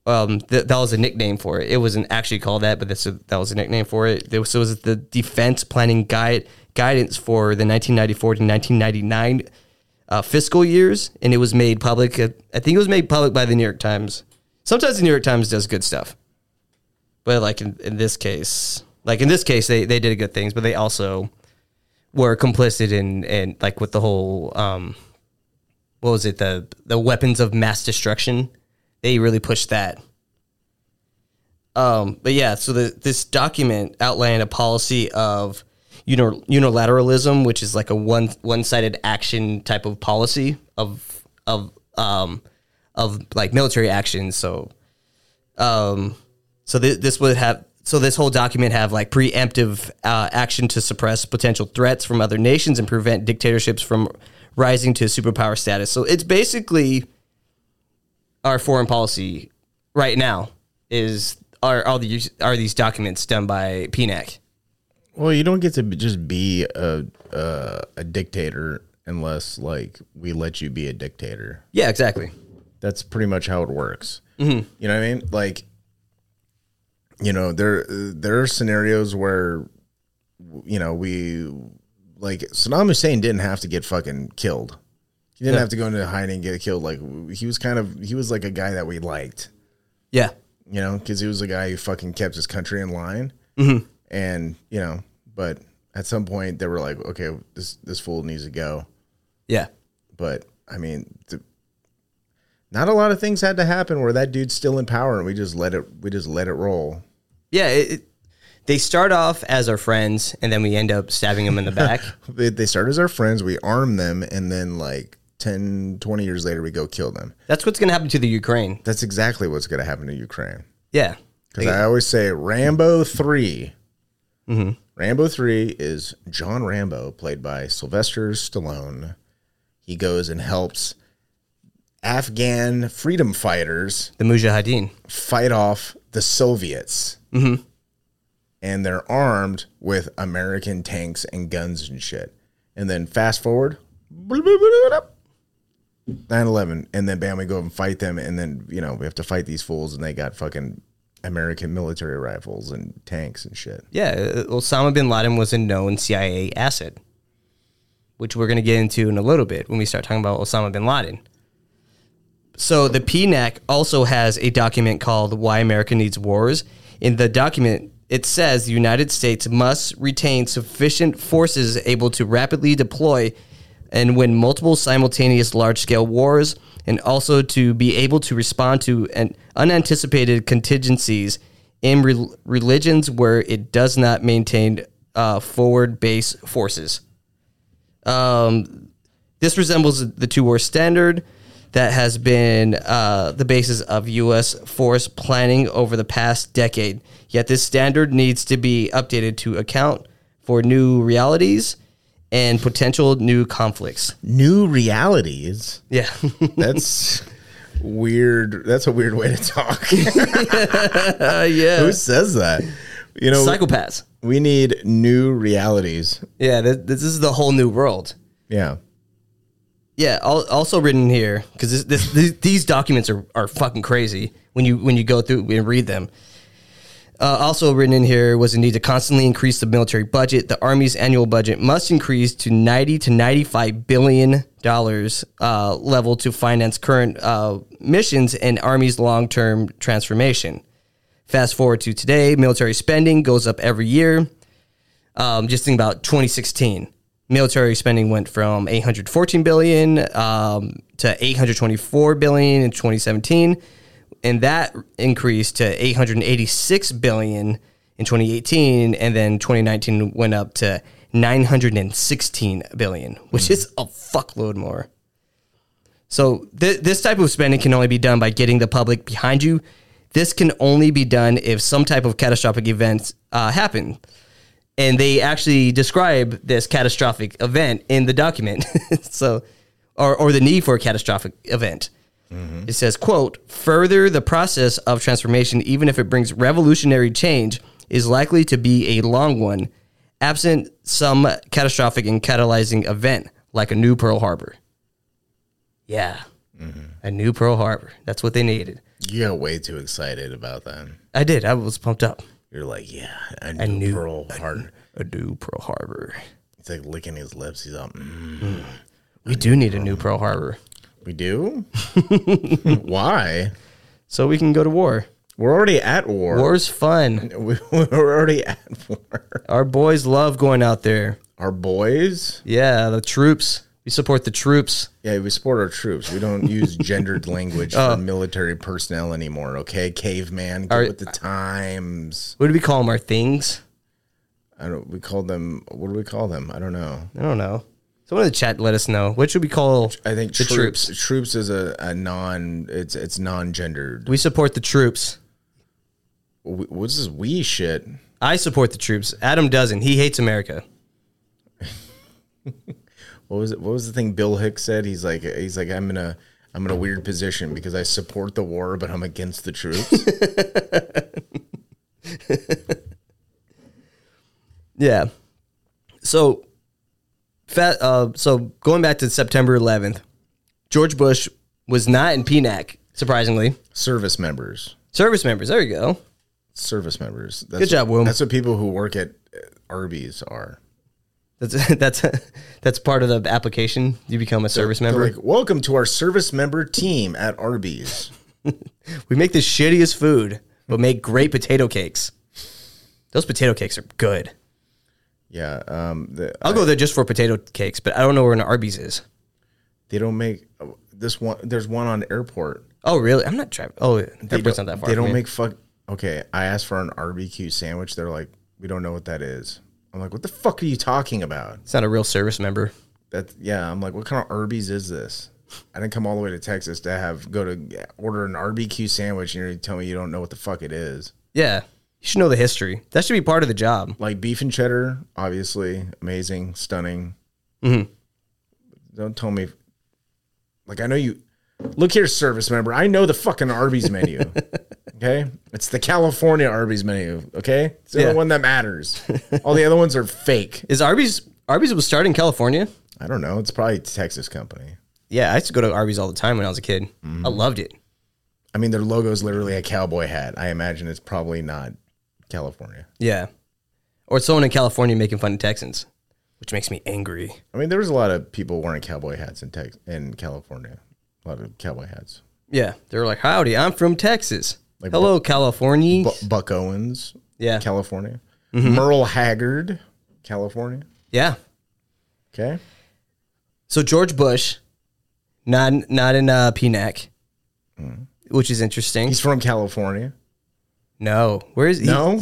Um, th- that was a nickname for it. It wasn't actually called that, but that's a, that was a nickname for it. There was, so it was the defense planning guide guidance for the 1994 to 1999 uh, fiscal years, and it was made public. uh, I think it was made public by the New York Times. Sometimes the New York Times does good stuff, but like in, in this case, like in this case, they they did good things, but they also were complicit in and like with the whole um what was it the the weapons of mass destruction they really pushed that um but yeah so the, this document outlined a policy of unir- unilateralism which is like a one one-sided action type of policy of of um of like military action so um so th- this would have so this whole document have like preemptive uh, action to suppress potential threats from other nations and prevent dictatorships from rising to superpower status. So it's basically our foreign policy right now is are all these are these documents done by PNAC? Well, you don't get to b- just be a uh, a dictator unless like we let you be a dictator. Yeah, exactly. That's pretty much how it works. You know what I mean? Like, you know there there are scenarios where you know we like Saddam Hussein didn't have to get fucking killed. He didn't have to go into hiding and get killed. Like he was kind of he was like a guy that we liked. Yeah, you know, because he was a guy who fucking kept his country in line. And you know, but at some point they were like, okay, this this fool needs to go. yeah, But I mean, th- not a lot of things had to happen where that dude's still in power, and we just let it we just let it roll. yeah. It, it, they start off as our friends, and then we end up stabbing them in the back. They, they start as our friends, we arm them, and then like 10, 20 years later, we go kill them. That's what's going to happen to the Ukraine. That's exactly what's going to happen to Ukraine. Yeah, Because I always say Rambo 3. Rambo 3 is John Rambo, played by Sylvester Stallone. He goes and helps Afghan freedom fighters the Mujahideen. fight off the Soviets. And they're armed with American tanks and guns and shit. And then fast forward, 9-11 and then bam we go and fight them and then you know we have to fight these fools and they got fucking american military rifles and tanks and shit Yeah, uh, Osama bin Laden was a known CIA asset, which we're going to get into in a little bit when we start talking about Osama bin Laden. So the PNAC also has a document called Why America Needs Wars. In the document, it says the United States must retain sufficient forces able to rapidly deploy and win multiple simultaneous large-scale wars and also to be able to respond to an unanticipated contingencies in rel religions where it does not maintain uh, forward base forces. Um, this resembles the two war standard that has been uh, the basis of U.S. force planning over the past decade. Yet this standard needs to be updated to account for new realities and potential new conflicts. new realities Yeah. that's weird that's a weird way to talk uh, yeah. who says that you know Psychopaths. we need new realities Yeah, th- this is the whole new world. yeah Yeah, al- also written here because this, this, these- these documents are, are fucking crazy when you when you go through and read them. Uh, also written in here was the need to constantly increase the military budget. The army's annual budget must increase to ninety to ninety five billion dollars uh, level to finance current uh, missions and army's long term transformation. Fast forward to today, military spending goes up every year um, just think about 2016 military spending went from 814 billion um, to 824 billion in 2017 and that increased to 886 billion in 2018 and then 2019 went up to 916 billion which is a fuckload more so th- this type of spending can only be done by getting the public behind you this can only be done if some type of catastrophic events uh, happen and they actually describe this catastrophic event in the document so or, or the need for a catastrophic event it says quote further the process of transformation even if it brings revolutionary change is likely to be a long one absent some catastrophic and catalyzing event like a new pearl harbor yeah a new pearl harbor that's what they needed you got way too excited about that i did i was pumped up you're like yeah i knew, knew- pearl harbor a new pearl harbor He's like licking his lips. He's like, "Mm, we do need a new pearl harbor we do? Why? so we can go to war We're already at war. War's fun. We- We're already at war. Our boys love going out there. Our boys? Yeah, the troops. We support the troops. Yeah, we support our troops. We don't use gendered language Uh. for military personnel anymore, okay? Caveman, get Our- with the times. What do we call them? Our things? I don't we call them what do we call them? I don't know. I don't know. Someone in the chat let us know. What should we call I think the troops troops. troops, is a, a non it's it's non-gendered. We support the troops. Wh- What's this we shit? I support the troops. Adam doesn't. He hates America. what was it? What was the thing Bill Hicks said? He's like, he's like, I'm in a, I'm in a weird position because I support the war, but I'm against the troops. Yeah. So, fat, uh, so going back to September 11th, George Bush was not in PNAC, surprisingly. service members, Service members. There you go. service members. That's Good job, what, Womb. That's what people who work at uh, Arby's are. That's that's that's part of the application. You become a service They're member. like, welcome to our service member team at Arby's. We make the shittiest food, but make great potato cakes. Those potato cakes are good. Yeah, um, the, I'll go there just for potato cakes, but I don't know where an Arby's is. they don't make oh, this one. There's one on airport. Oh, really? I'm not driving. Oh, They airport's not don't- that far. They from don't me. make fuck. Okay, I asked for an barbecue sandwich. They're like, we don't know what that is. I'm like, what the fuck are you talking about? It's not a real service member. That yeah, I'm like, what kind of Arby's is this? I didn't come all the way to Texas to have go to order an RBQ sandwich, and you tell me you don't know what the fuck it is. Yeah, you should know the history. That should be part of the job. Like beef and cheddar, obviously amazing, stunning. Don't tell me, like I know you. Look here, service member. I know the fucking Arby's menu. okay, it's the California Arby's menu. Okay, it's the Yeah. only one that matters. All the other ones are fake. Is Arby's Arby's was started in California? I don't know. It's probably a Texas company. yeah, I used to go to Arby's all the time when I was a kid. I loved it. I mean, their logo is literally a cowboy hat. I imagine it's probably not California. Yeah. Or someone in California making fun of Texans, which makes me angry. I mean, there was a lot of people wearing cowboy hats in Tex in California. A lot of cowboy hats. Yeah. They were like, howdy, I'm from Texas. Like Hello, California. Bu- Buck Owens, yeah. Mm-hmm. California. Merle Haggard, California. yeah. Okay. So George Bush, not not in uh, PNAC, which is interesting. He's from California. no, where is he? No?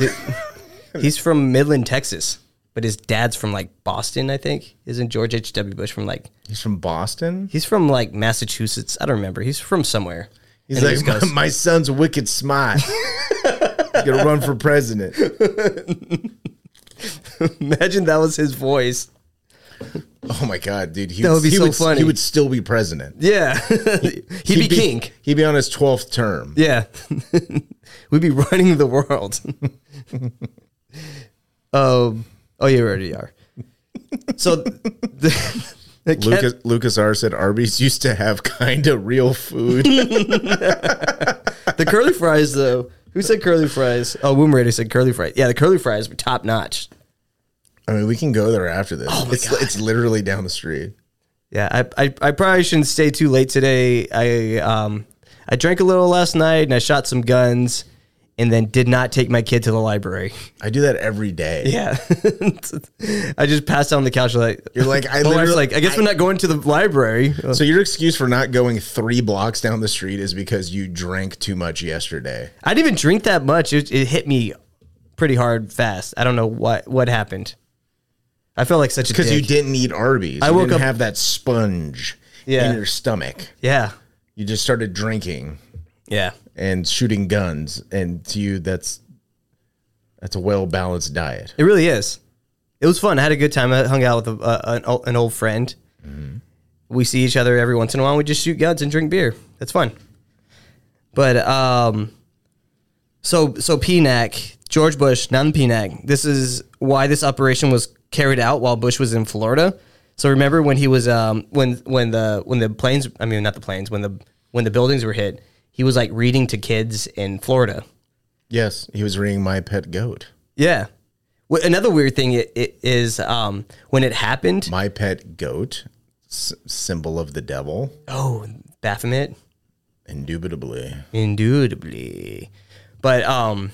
he's from Midland, Texas, but his dad's from like Boston, I think. Isn't George H. W. Bush from like He's from Boston. he's from like Massachusetts? I don't remember. He's from somewhere. He's And he just like, goes, my, my son's wicked smart. He's going to run for president. imagine that was his voice. Oh my God, dude. He That would be he so would, funny. He would still be president. Yeah, he'd, be, king. He'd be on his 12th term. Yeah. We'd be running the world. um, oh, you already are. So, the, the cat- Lucas, Lucas R said Arby's used to have kind of real food. the curly fries, though. Who said curly fries? Oh, Womb Raider said curly fries. Yeah, the curly fries were top notch. I mean, we can go there after this. Oh it's, it's literally down the street. Yeah, I, I, I probably shouldn't stay too late today. I um I drank a little last night and I shot some guns and then did not take my kid to the library. I do that every day. Yeah. I just passed out on the couch like You're like, I My wife's literally- like, I guess we're not going to the library. So your excuse for not going three blocks down the street is because you drank too much yesterday. I didn't even drink that much. It, it hit me pretty hard, fast. I don't know what what happened. I felt like such a Because you dick. didn't eat Arby's. I woke didn't up- have that sponge Yeah. in your stomach. Yeah, You just started drinking yeah, and shooting guns, and to you, that's that's a well balanced diet. it really is. It was fun. I had a good time. I hung out with a, uh, an, ol- an old friend. We see each other every once in a while. We just shoot guns and drink beer. That's fun. But um, so so PNAC, George Bush, not in PNAC. This is why this operation was carried out while Bush was in Florida. So remember when he was um when when the when the planes I mean not the planes when the when the buildings were hit, he was like reading to kids in Florida. Yes, he was reading My Pet Goat. Yeah. Wh- Another weird thing it, it is um, when it happened. My Pet Goat, s- symbol of the devil, oh, Baphomet, indubitably. indubitably. But um,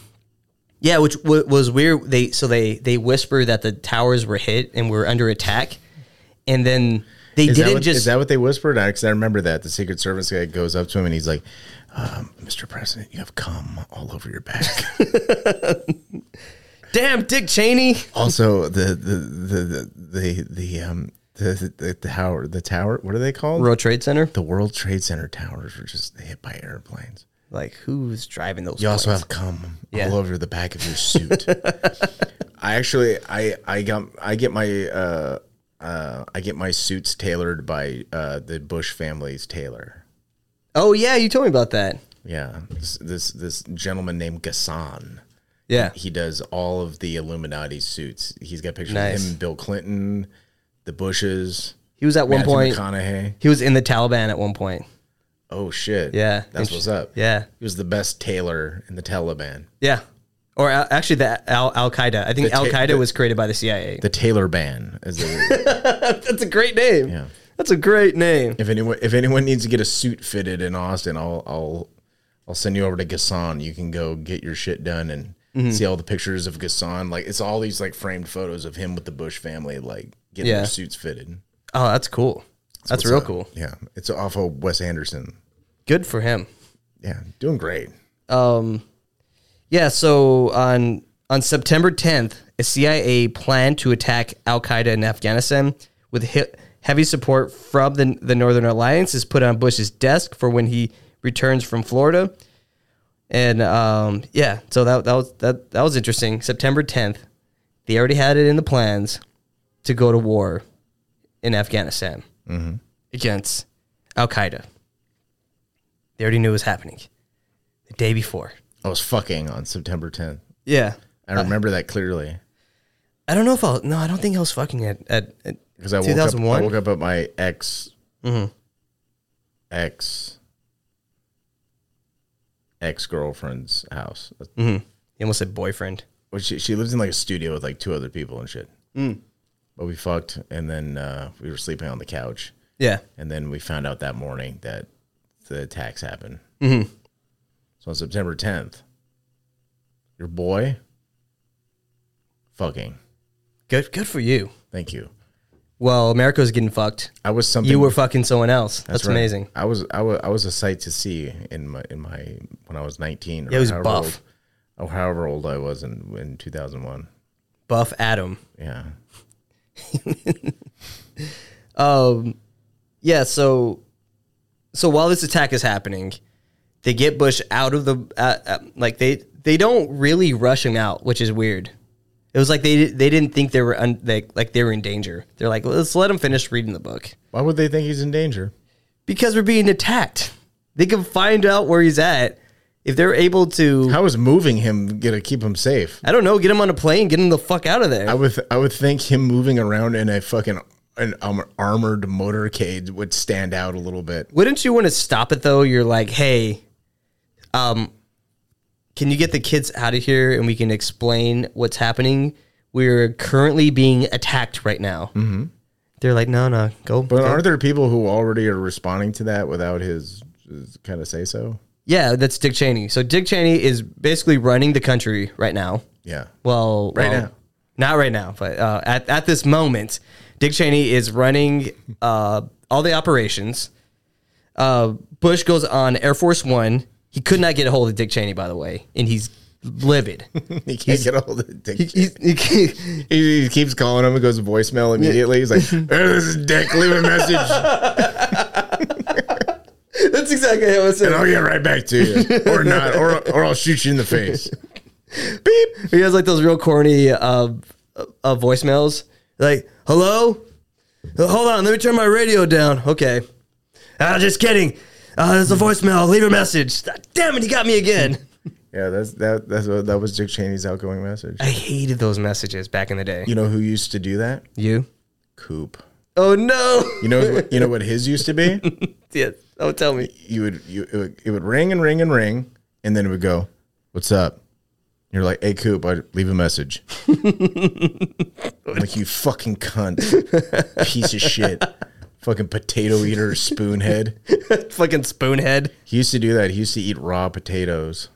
yeah, which w- was weird. They so they they whisper that the towers were hit and were under attack, and then they Is that, didn't what, just is that what they whispered? Because I remember that the Secret Service guy goes up to him and he's like, um, "Mr. President, you have cum all over your back." damn Dick Cheney. also, the the the the the, the um the, the, the tower the tower what are they called? World Trade Center. the World Trade Center towers were just hit by airplanes. Like who's driving those? You also planes? have cum Yeah. all over the back of your suit. I actually, I, I got, I get my, uh, uh, I get my suits tailored by uh, the Bush family's tailor. Oh yeah, you told me about that. Yeah, this this, this gentleman named Gassan. Yeah, He does all of the Illuminati suits. He's got pictures Nice. of him, and Bill Clinton, the Bushes, he was at one Matthew point. McConaughey. He was in the Taliban at one point. Oh shit! Yeah, that's Inter- what's up. Yeah, he was the best tailor in the Taliban, Yeah. Or a- actually, the Al Al Qaeda. I think The ta- Al Qaeda the- was created by the CIA. the Taylor Ban. As they That's a great name. Yeah. That's a great name. If anyone if anyone needs to get a suit fitted in Austin, I'll I'll I'll send you over to Gassan. You can go get your shit done and Mm-hmm. see all the pictures of Gassan. Like it's all these like framed photos of him with the Bush family, like getting Yeah. their suits fitted. Oh, that's cool. That's real cool. Yeah, it's off of Wes Anderson. Good for him. Yeah, doing great. Yeah. So on on September 10th, a CIA planned to attack Al Qaeda in Afghanistan with he- heavy support from the the Northern Alliance is put on Bush's desk for when he returns from Florida. And um, yeah, so that that was that that was interesting. September 10th, they already had it in the plans to go to war in Afghanistan against Al Qaeda. They already knew it was happening the day before. I was fucking on September 10th. Yeah. I remember that clearly I don't know if I'll. No, I don't think I was fucking at. at, at because I woke up. 2001? I woke up at my ex ex ex girlfriend's house. You almost said boyfriend. Well, she, she lives in like a studio with like two other people and shit. Hmm. But we fucked, and then uh, we were sleeping on the couch, Yeah. and then we found out that morning that the attacks happened. Mm-hmm. So on September 10th, your boy fucking. Good. Good for you. Thank you. Well, America's getting fucked. I was something You were fucking someone else. That's, right. amazing. I was I was I was a sight to see in my in my when I was nineteen. Or Yeah, he was however buff. Old, or however old I was in in two thousand one. Buff Adam. Yeah, Um, yeah. So, so while this attack is happening, they get Bush out of the uh, uh, like they they don't really rush him out, which is weird. It was like they they didn't think they were un, they, like they were in danger. They're like, let's let him finish reading the book why would they think he's in danger? because we're being attacked. They can find out where he's at if they're able to. How is moving him gonna keep him safe? I don't know. Get him on a plane. Get him the fuck out of there. I would th- I would think him moving around in a fucking an um, armored motorcade would stand out a little bit. Wouldn't you want to stop it though? You're like, hey, um, can you get the kids out of here and we can explain what's happening? We're currently being attacked right now. Mm-hmm. They're like, no, no, go. But go." are there people who already are responding to that without his, his kind of say so? yeah, that's Dick Cheney. So Dick Cheney is basically running the country right now. Yeah. Well, Right well, now. not right now, but uh, at at this moment, Dick Cheney is running uh, all the operations. Uh, Bush goes on Air Force One. He could not get a hold of Dick Cheney, by the way, and he's livid. He can't get all the dick. He's- he can't- He, he keeps calling him. It goes to voicemail immediately. He's like, "Hey, "This is Dick. Leave a message, that's exactly how it and said. I'll get right back to you, or not, or or I'll shoot you in the face." Beep. He has like those real corny uh, uh, voicemails, like "Hello, Uh, hold on, let me turn my radio down." Okay, ah, just kidding. Uh, there's a voicemail. Leave a message. Ah, Damn it, he got me again. Yeah, that's that. That's what, that was Dick Cheney's outgoing message. I hated those messages back in the day. You know who used to do that? You? Coop. Oh no! You know what- you know what his used to be? yeah. Oh, tell me. You would you it would, it would ring and ring and ring, and then it would go, "What's up?" You're like, "Hey Coop, I leave a message." I'm like you fucking cunt, piece of shit, fucking potato eater, spoonhead. Fucking spoonhead. He used to do that. He used to eat raw potatoes.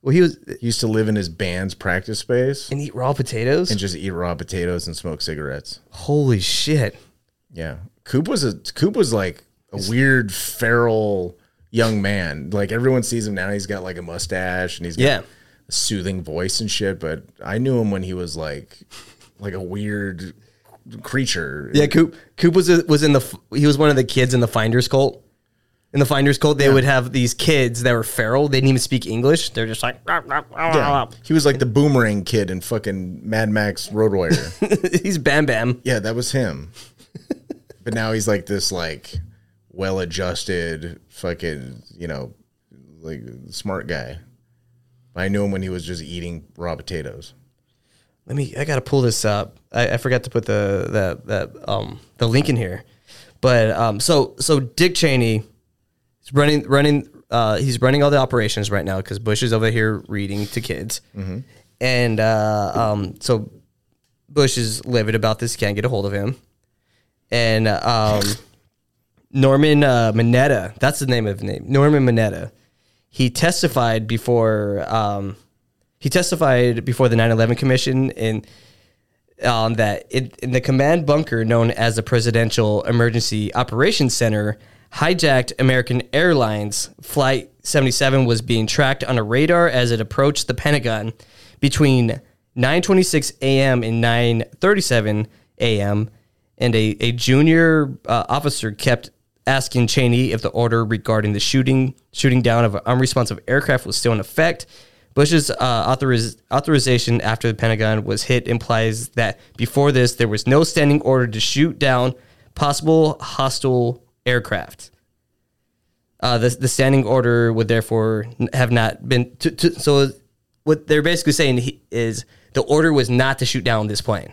Well, he was He used to live in his band's practice space and eat raw potatoes. and just eat raw potatoes and smoke cigarettes. Holy shit! Yeah. Coop was a Coop was like a weird feral young man. Like everyone sees him now, he's got like a mustache and he's got Yeah. a soothing voice and shit, but I knew him when he was like like a weird creature. Yeah, Coop. Coop was was in the f- he was one of the kids in the Finders cult. In the Finders cult, they would have these kids that were feral. They didn't even speak English. They're just like Yeah. He was like the boomerang kid in fucking Mad Max Road Warrior. he's Bam Bam. Yeah, that was him. but now he's like this like well adjusted fucking, you know, like smart guy. I knew him when he was just eating raw potatoes. Let me. I gotta pull this up. I, I forgot to put the the that um the link in here, but um so so Dick Cheney is running running uh he's running all the operations right now because Bush is over here reading to kids, and uh um so Bush is livid about this. Can't get a hold of him, and um Norman uh, Mineta. That's the name of the name. Norman Mineta. He testified before. Um, he testified before the 9/11 Commission in um, that in, in the command bunker known as the Presidential Emergency Operations Center hijacked American Airlines Flight 77 was being tracked on a radar as it approached the Pentagon between 9:26 a.m. and 9:37 a.m. and a, a junior uh, officer kept asking Cheney if the order regarding the shooting shooting down of an unresponsive aircraft was still in effect. Bush's uh, authoriz- authorization after the Pentagon was hit implies that before this there was no standing order to shoot down possible hostile aircraft. Uh, the, the standing order would therefore n- have not been. To, to, so, what they're basically saying he- is the order was not to shoot down this plane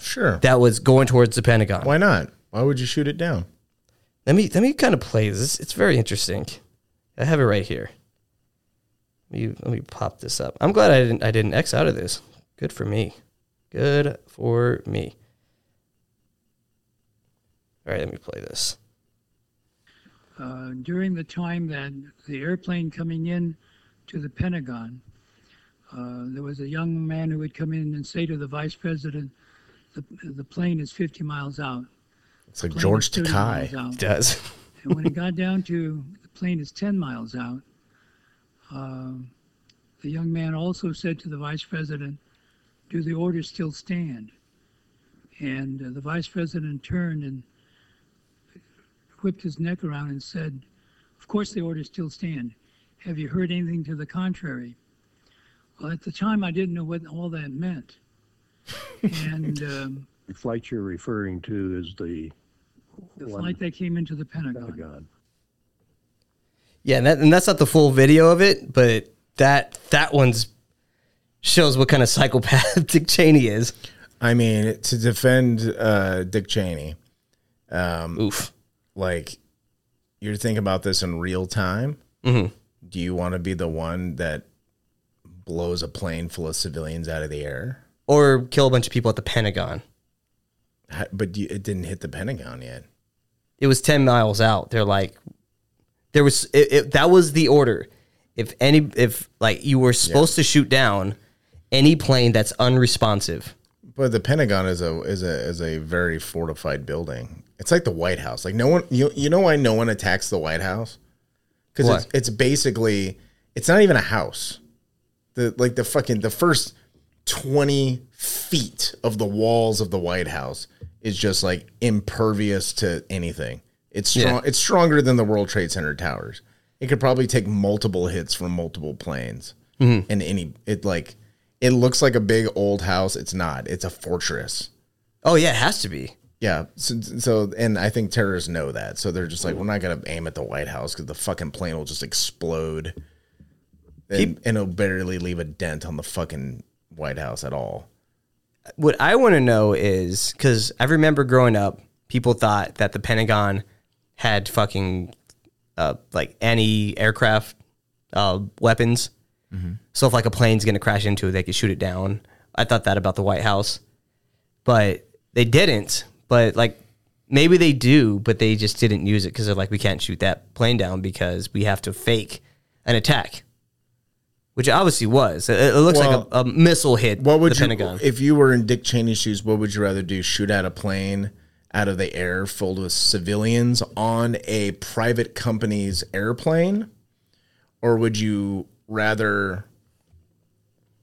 Sure. that was going towards the Pentagon. Why not? Why would you shoot it down? Let me let me kind of play this. It's, it's very interesting. I have it right here. Let me let me pop this up. I'm glad I didn't I didn't X out of this. Good for me. Good for me. All right, let me play this. uh, during the time that the airplane coming in to the Pentagon, uh, there was a young man who would come in and say to the vice president, the, the plane is 50 miles out. It's like plane George is 30 Takai. miles out." Does And when it got down to the plane is 10 miles out, um, the young man also said to the vice president, Do the orders still stand? And uh, the vice president turned and whipped his neck around and said, Of course the orders still stand. Have you heard anything to the contrary? Well, at the time, I didn't know what all that meant. and um, The flight you're referring to is the oh, the One- flight that came into the Pentagon. Pentagon. yeah, and, that, and that's not the full video of it, but that that one's shows what kind of psychopath Dick Cheney is. I mean, to defend uh, Dick Cheney, Oof. like you're thinking about this in real time. Mm-hmm. Do you want to be the one that blows a plane full of civilians out of the air? Or kill a bunch of people at the Pentagon. Ha- But you, it didn't hit the Pentagon yet. it was 10 miles out they're like there was it, it, that was the order if any if like you were supposed to shoot down any plane that's unresponsive But the Pentagon is a is a is a very fortified building. It's like the White House. Like no one, you you know why no one attacks the White House? Because Why? it's, it's basically it's not even a house. The like the fucking the first twenty feet of the walls of the White House is just like impervious to anything. It's strong. Yeah. It's stronger than the World Trade Center towers. It could probably take multiple hits from multiple planes. And any it like it looks like a big old house. It's not. It's a fortress. oh yeah it has to be Yeah. So, so and I think terrorists know that. So they're just like, we're not gonna aim at the White House because the fucking plane will just explode, and, and it'll barely leave a dent on the fucking White House at all. what i want to know is because i remember growing up people thought that the pentagon had fucking uh, like anti aircraft uh, weapons Mm-hmm. so if like a plane's gonna crash into it they could shoot it down i thought that about the white house but they didn't. But like maybe they do, but they just didn't use it because they're like, we can't shoot that plane down because we have to fake an attack, which it obviously was. It, it looks Well, like a, a missile hit What would the you, Pentagon. if you were in Dick Cheney's shoes? What would you rather do? Shoot at a plane out of the air filled with civilians on a private company's airplane, or would you rather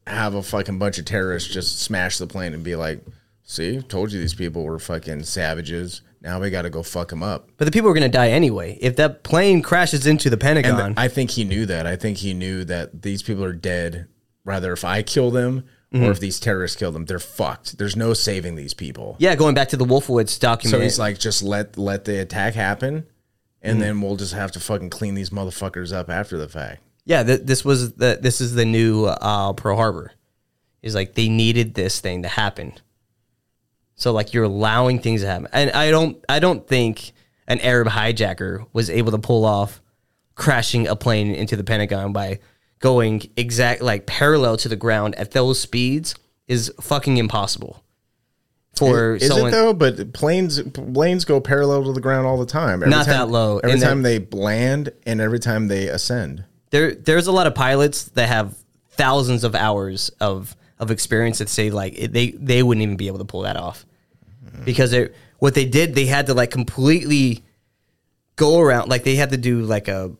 have a fucking bunch of terrorists just smash the plane and be like, "See, told you these people were fucking savages. Now we got to go fuck them up." but the people were going to die anyway. If that plane crashes into the And Pentagon, I think he knew that. I think he knew that these people are dead. Rather, if I kill them Mm-hmm. or if these terrorists kill them, they're fucked. There's no saving these people. yeah, going back to the Wolfowitz document. So he's like, just let let the attack happen, Mm-hmm. and then we'll just have to fucking clean these motherfuckers up after the fact. yeah, th- this was the this is the new uh, Pearl Harbor. Is like they needed this thing to happen. So like you're allowing things to happen, and I don't I don't think an Arab hijacker was able to pull off crashing a plane into the Pentagon by going exact like parallel to the ground at those speeds is fucking impossible. For Is someone, it though? But planes planes go parallel to the ground all the time. Every Not time- that low. Every And then- time they land and every time they ascend. there there's a lot of pilots that have thousands of hours of of experience that say like it, they they wouldn't even be able to pull that off because it what they did they had to like completely go around like they had to do like a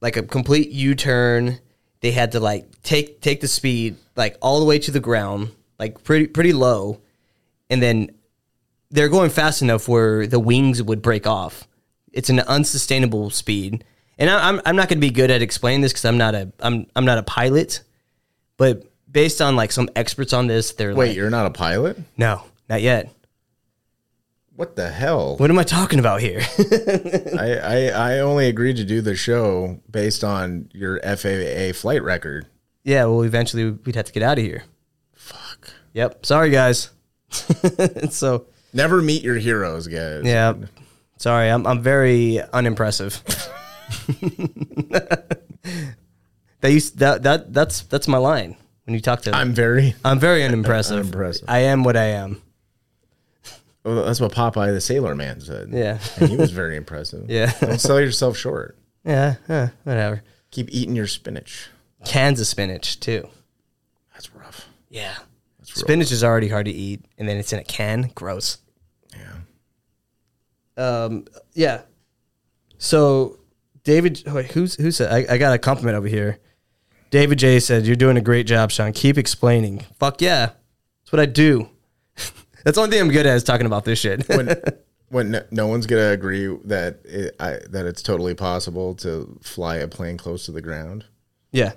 like a complete U-turn they had to like take take the speed like all the way to the ground like pretty pretty low and then they're going fast enough where the wings would break off. It's an unsustainable speed, and I, I'm I'm not going to be good at explaining this because I'm not a I'm I'm not a pilot, but based on like some experts on this, they're Wait, like, you're not a pilot? no, not yet. What the hell? What am I talking about here? I, I I only agreed to do the show based on your FAA flight record. yeah, well, eventually we'd have to get out of here. Fuck. Yep. Sorry, guys. so Never meet your heroes, guys. yeah, Sorry, I'm, I'm very unimpressive. they used that, that that's that's my line when you talk to them. I'm very. I'm very unimpressive. Unimpressive. I am what I am. Well, that's what Popeye the Sailor Man said. Yeah. and he was very impressive. Yeah. don't sell yourself short. Yeah, eh, whatever. Keep eating your spinach. Cans of spinach too. That's rough. Yeah. That's real Spinach is already hard to eat, and then it's in a can. Gross. Yeah. Um. Yeah. So, David, wait, who's who said? I, I got a compliment over here. David J said, "You're doing a great job, Sean. Keep explaining." Fuck yeah, that's what I do. that's the only thing I'm good at is talking about this shit. when when no, no one's gonna agree that it, I, that it's totally possible to fly a plane close to the ground. yeah.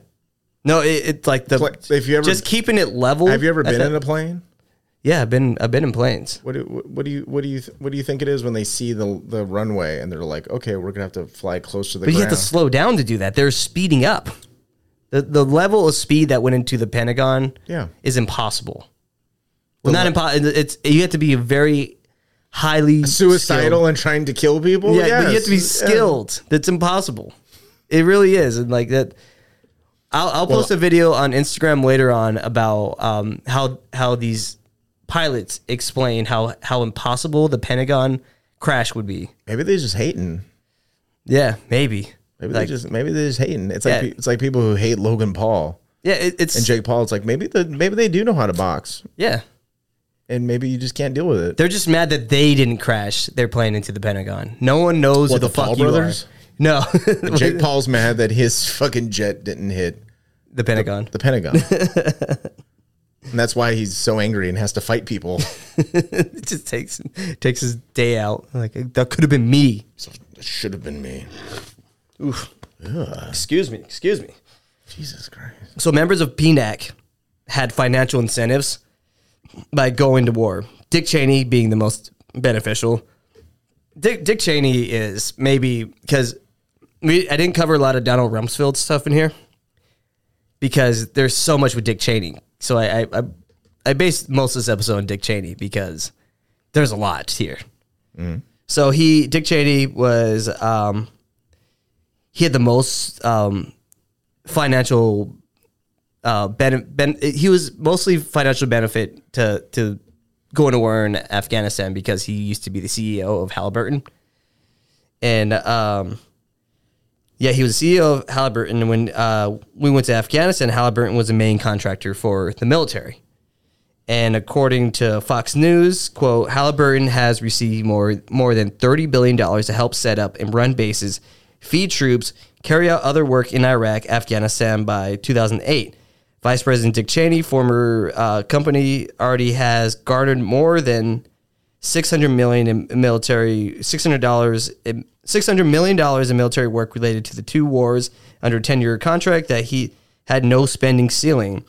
No, it, it's like the Pla- If you ever just keeping it level. have you ever I been thought- in a plane? Yeah, I've been. I've been in planes. What do, what do you what do you th- what do you think it is when they see the the runway and they're like, okay, we're gonna have to fly close to the But you ground. have to slow down to do that. They're speeding up. The the level of speed that went into the Pentagon Yeah. is impossible. Well, not impossible. It's you have to be very highly Suicidal skilled. and trying to kill people. Yeah, but you have to be Yes. Yeah. skilled. That's impossible. It really is, and like that. I'll, I'll post a video on Instagram later on about um, how how these pilots explain how how impossible the Pentagon crash would be. Maybe they're just hating. Yeah, maybe. Maybe Like- they just maybe they're just hating. It's like Yeah. pe- it's like people who hate Logan Paul Yeah, it, it's and Jake Paul. It's like maybe the maybe they do know how to box, yeah. and maybe you just can't deal with it. They're just mad that they didn't crash their plane into the Pentagon. No one knows what, What, the, the Paul fuck you brothers? are. No, Jake Paul's mad that his fucking jet didn't hit the Pentagon. the Pentagon. and that's why he's so angry and has to fight people. it just takes takes his day out. Like that could have been me. So, it should have been me. Excuse me. Excuse me. Jesus Christ. So members of PNAC had financial incentives by going to war. Dick Cheney being the most beneficial. Dick Dick Cheney is maybe because we I didn't cover a lot of Donald Rumsfeld stuff in here because there's so much with Dick Cheney. So I I, I, I based most of this episode on Dick Cheney because there's a lot here. So he Dick Cheney was um, he had the most um, financial uh, ben, ben, he was mostly financial benefit to to going to war in Afghanistan because he used to be the CEO of Halliburton, and um, yeah, he was the CEO of Halliburton. And when uh, we went to Afghanistan, Halliburton was the main contractor for the military. And according to Fox News, quote, Halliburton has received more more than thirty billion dollars to help set up and run bases, feed troops, carry out other work in Iraq, Afghanistan by 2008. Vice President Dick Cheney, former uh, company, already has garnered more than six hundred million in military six hundred dollars six hundred million dollars in military work related to the two wars under a ten year contract that he had no spending ceiling.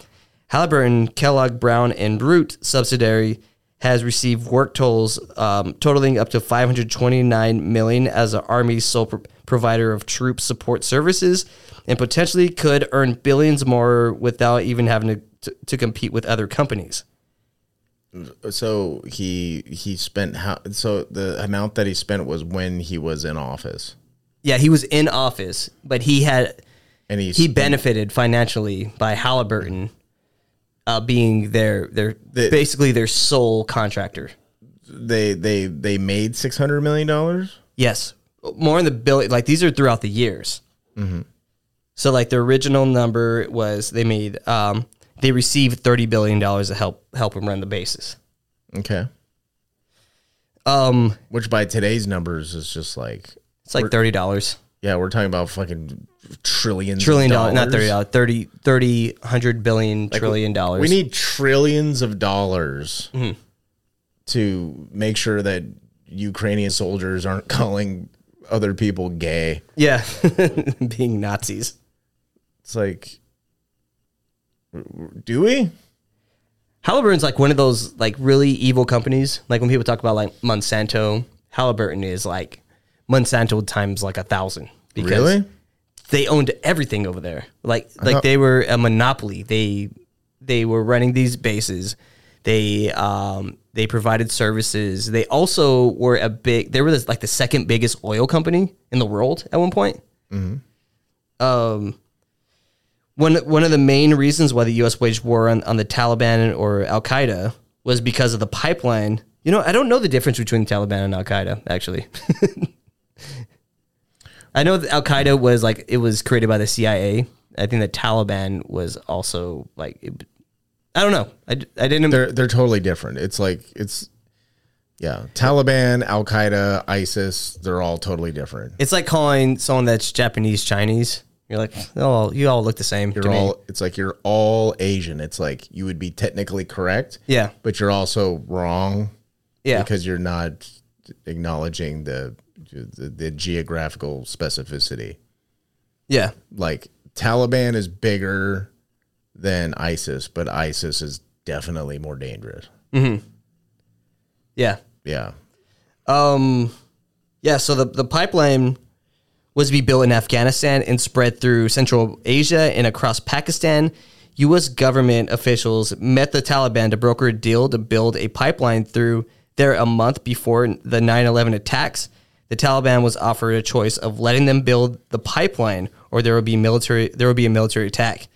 Halliburton, Kellogg Brown, and Root subsidiary has received work tolls um, totaling up to 529 million as the Army's sole pro- provider of troop support services, and potentially could earn billions more without even having to, to, to compete with other companies. So he he spent how so the amount that he spent was when he was in office. Yeah, he was in office, but he had And he, he spent- benefited financially by Halliburton uh, being their their The- basically their sole contractor. they they they made 600 million dollars? Yes, more in the billion. Like these are throughout the years. Mm-hmm. So like the original number was they made um, they received thirty billion dollars to help help them run the bases. Okay. Um, Which by today's numbers is just like it's like thirty dollars, yeah, we're talking about fucking trillions of trillion dollars, not thirty dollars, thirty thirty hundred billion trillion dollars. We need trillions of dollars Mm-hmm. to make sure that Ukrainian soldiers aren't calling other people gay. yeah, being Nazis. It's like, do we? Halliburton's like one of those like really evil companies. Like when people talk about like Monsanto, Halliburton is like Monsanto times like a thousand because Really? they owned everything over there. Like like thought- they were a monopoly. They they were running these bases. They um, they provided services. They also were a big. They were this, like the second biggest oil company in the world at one point. Um, one one of the main reasons why the U.S. waged war on, on the Taliban or Al Qaeda was because of the pipeline. You know, I don't know the difference between the Taliban and Al Qaeda actually. I know that Al Qaeda was like it was created by the CIA. I think the Taliban was also like it, I don't know. I, d- I didn't. They're they're totally different. It's like it's yeah, Taliban, Al Qaeda, ISIS, they're all totally different. it's like calling someone that's Japanese Chinese. You're like, oh, you all look the same. to You're me." all it's like you're all Asian. It's like you would be technically correct, yeah, but you're also wrong yeah. because you're not acknowledging the the, the geographical specificity. yeah. like Taliban is bigger than ISIS, but ISIS is definitely more dangerous. Yeah. Yeah. Um, yeah. So the the pipeline was to be built in Afghanistan and spread through Central Asia and across Pakistan. U.S. government officials met the Taliban to broker a deal to build a pipeline through there a month before the 9/11 attacks. The Taliban was offered a choice of letting them build the pipeline, or there would be military there would be a military attack.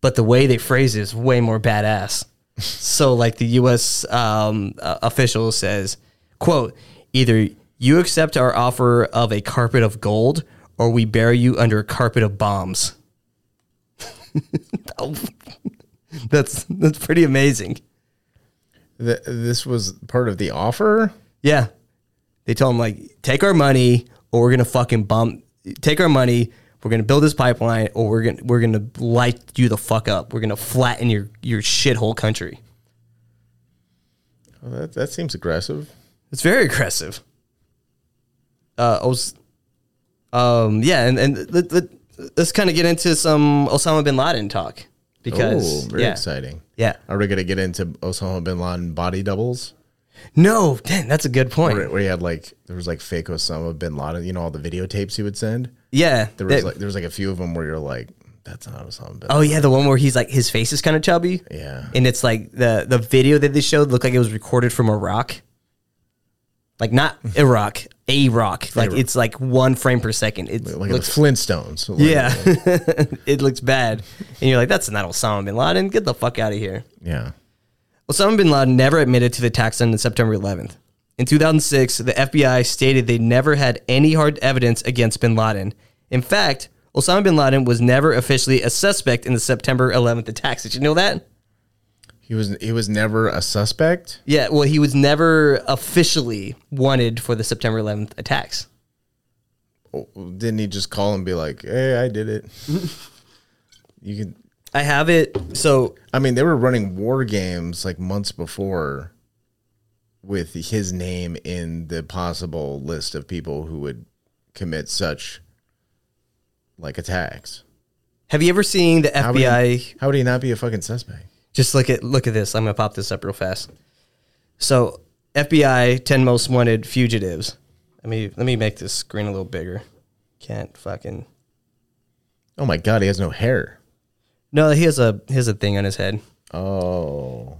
But the way they phrase it is way more badass. so, like the U.S. Um, uh, official says, "quote Either you accept our offer of a carpet of gold, or we bury you under a carpet of bombs." that's that's pretty amazing. Th- this was part of the offer. Yeah. They tell him like, take our money or we're gonna fucking bump take our money, we're gonna build this pipeline, or we're gonna we're gonna light you the fuck up. We're gonna flatten your your shithole country. Well, that, that seems aggressive. It's very aggressive. Uh I was, um yeah, and, and the, the, let's kind of get into some Osama bin Laden talk. Because oh, very yeah, exciting. yeah. Are we going to get into Osama bin Laden body doubles? No, damn, that's a good point. Where, where he had like, there was like fake Osama bin Laden, you know, all the videotapes he would send. Yeah. There was that- like, there was like a few of them where you're like, that's not Osama bin oh yeah, the one where he's like his face is kind of chubby. Yeah. and it's like the the video that they showed looked like it was recorded from Iraq, like not Iraq, a rock. Like it's like one frame per second. It Like looks the Flintstones. Like- yeah, it looks bad, and you're like, that's not Osama bin Laden. Get the fuck out of here. Yeah. Osama bin Laden never admitted to the attacks on September 11th. In 2006, the FBI stated they never had any hard evidence against bin Laden. In fact, Osama bin Laden was never officially a suspect in the September 11th attacks. Did you know that? He was, he was never a suspect. Yeah, well, he was never officially wanted for the September 11th attacks. didn't he just call and be like, "Hey, I did it"? you could. I have it. So, I mean, they were running war games like months before, with his name in the possible list of people who would commit such like attacks. have you ever seen the How would, FBI? he, how would he not be a fucking suspect? Just look at look at this. I'm gonna pop this up real fast. So, FBI 10 most wanted fugitives. Let me let me make this screen a little bigger. Can't fucking. Oh my god, he has no hair. No, he has a he has a thing on his head. Oh,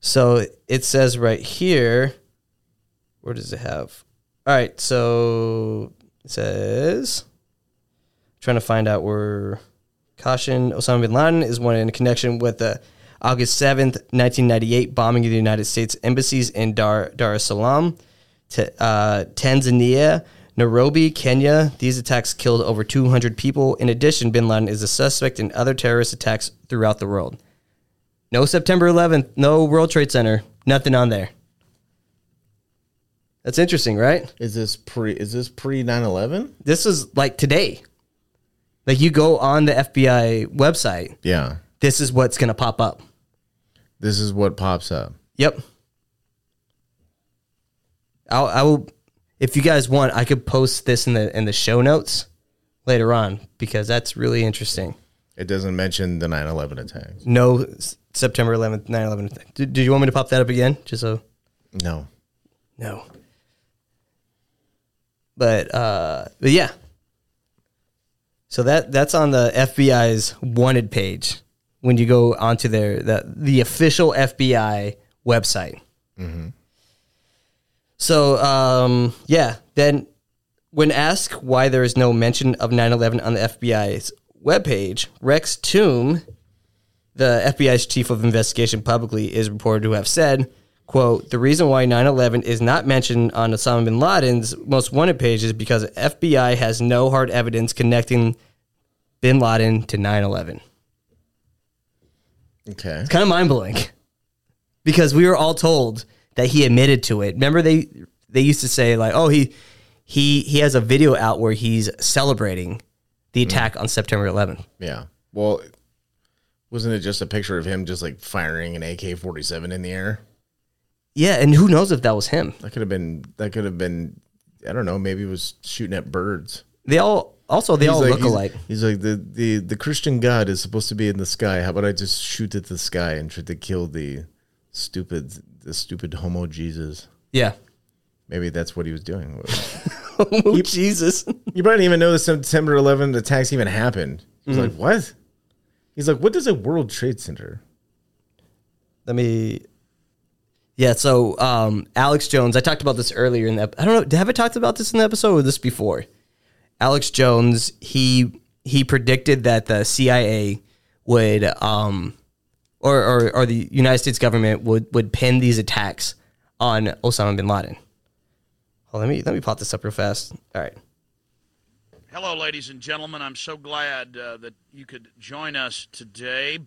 So it says right here, where does it have? All right, so it says, trying to find out where caution Osama bin Laden is one in connection with the August 7th, 1998 bombing of the United States embassies in Dar, Dar es Salaam, Ta- uh, Tanzania, Nairobi, Kenya. These attacks killed over 200 people. In addition, bin Laden is a suspect in other terrorist attacks throughout the world. No September 11th. No World Trade Center. Nothing on there. That's interesting, right? is this pre? Is this pre 9-11? This is like today. Like you go on the FBI website, Yeah, this is what's going to pop up. this is what pops up. Yep. I'll, I will. If you guys want, I could post this in the in the show notes later on because that's really interesting. It doesn't mention the 9-11 attacks. No S- September 11th, 9/11. Do, do you want me to pop that up again? Just so. No. No. But uh but yeah. So that that's on the FBI's wanted page when you go onto their the the official FBI website. So, um, yeah, then when asked why there is no mention of 9 11 on the FBI's webpage, Rex Toom, the FBI's chief of investigation, publicly is reported to have said, quote, the reason why 9 11 is not mentioned on Osama bin Laden's most wanted page is because FBI has no hard evidence connecting bin Laden to 9 11 Okay. kind of mind blowing because we were all told that he admitted to it. Remember they they used to say like, oh he he he has a video out where he's celebrating the Mm-hmm. attack on September 11th. Yeah. Well, wasn't it just a picture of him just like firing an AK forty seven in the air? Yeah, and who knows if that was him? That could have been. That could have been. I don't know. Maybe he was shooting at birds. They all also they all like, look alike. He's, he's like the, the the Christian God is supposed to be in the sky. How about I just shoot at the sky and try to kill the stupid the stupid homo Jesus? Yeah. Maybe that's what he was doing. oh Jesus. you probably didn't even know the September 11th attacks even happened. He's Mm. like, what? He's like, what does a World Trade Center? Let me yeah, so um, Alex Jones, I talked about this earlier in the. ep- I don't know. Have I talked about this in the episode or this before? Alex Jones, he he predicted that the CIA would um or or, or the United States government would would pin these attacks on Osama bin Laden. Well, let me let me pop this up real fast. All right. Hello, ladies and gentlemen. I'm so glad uh, that you could join us today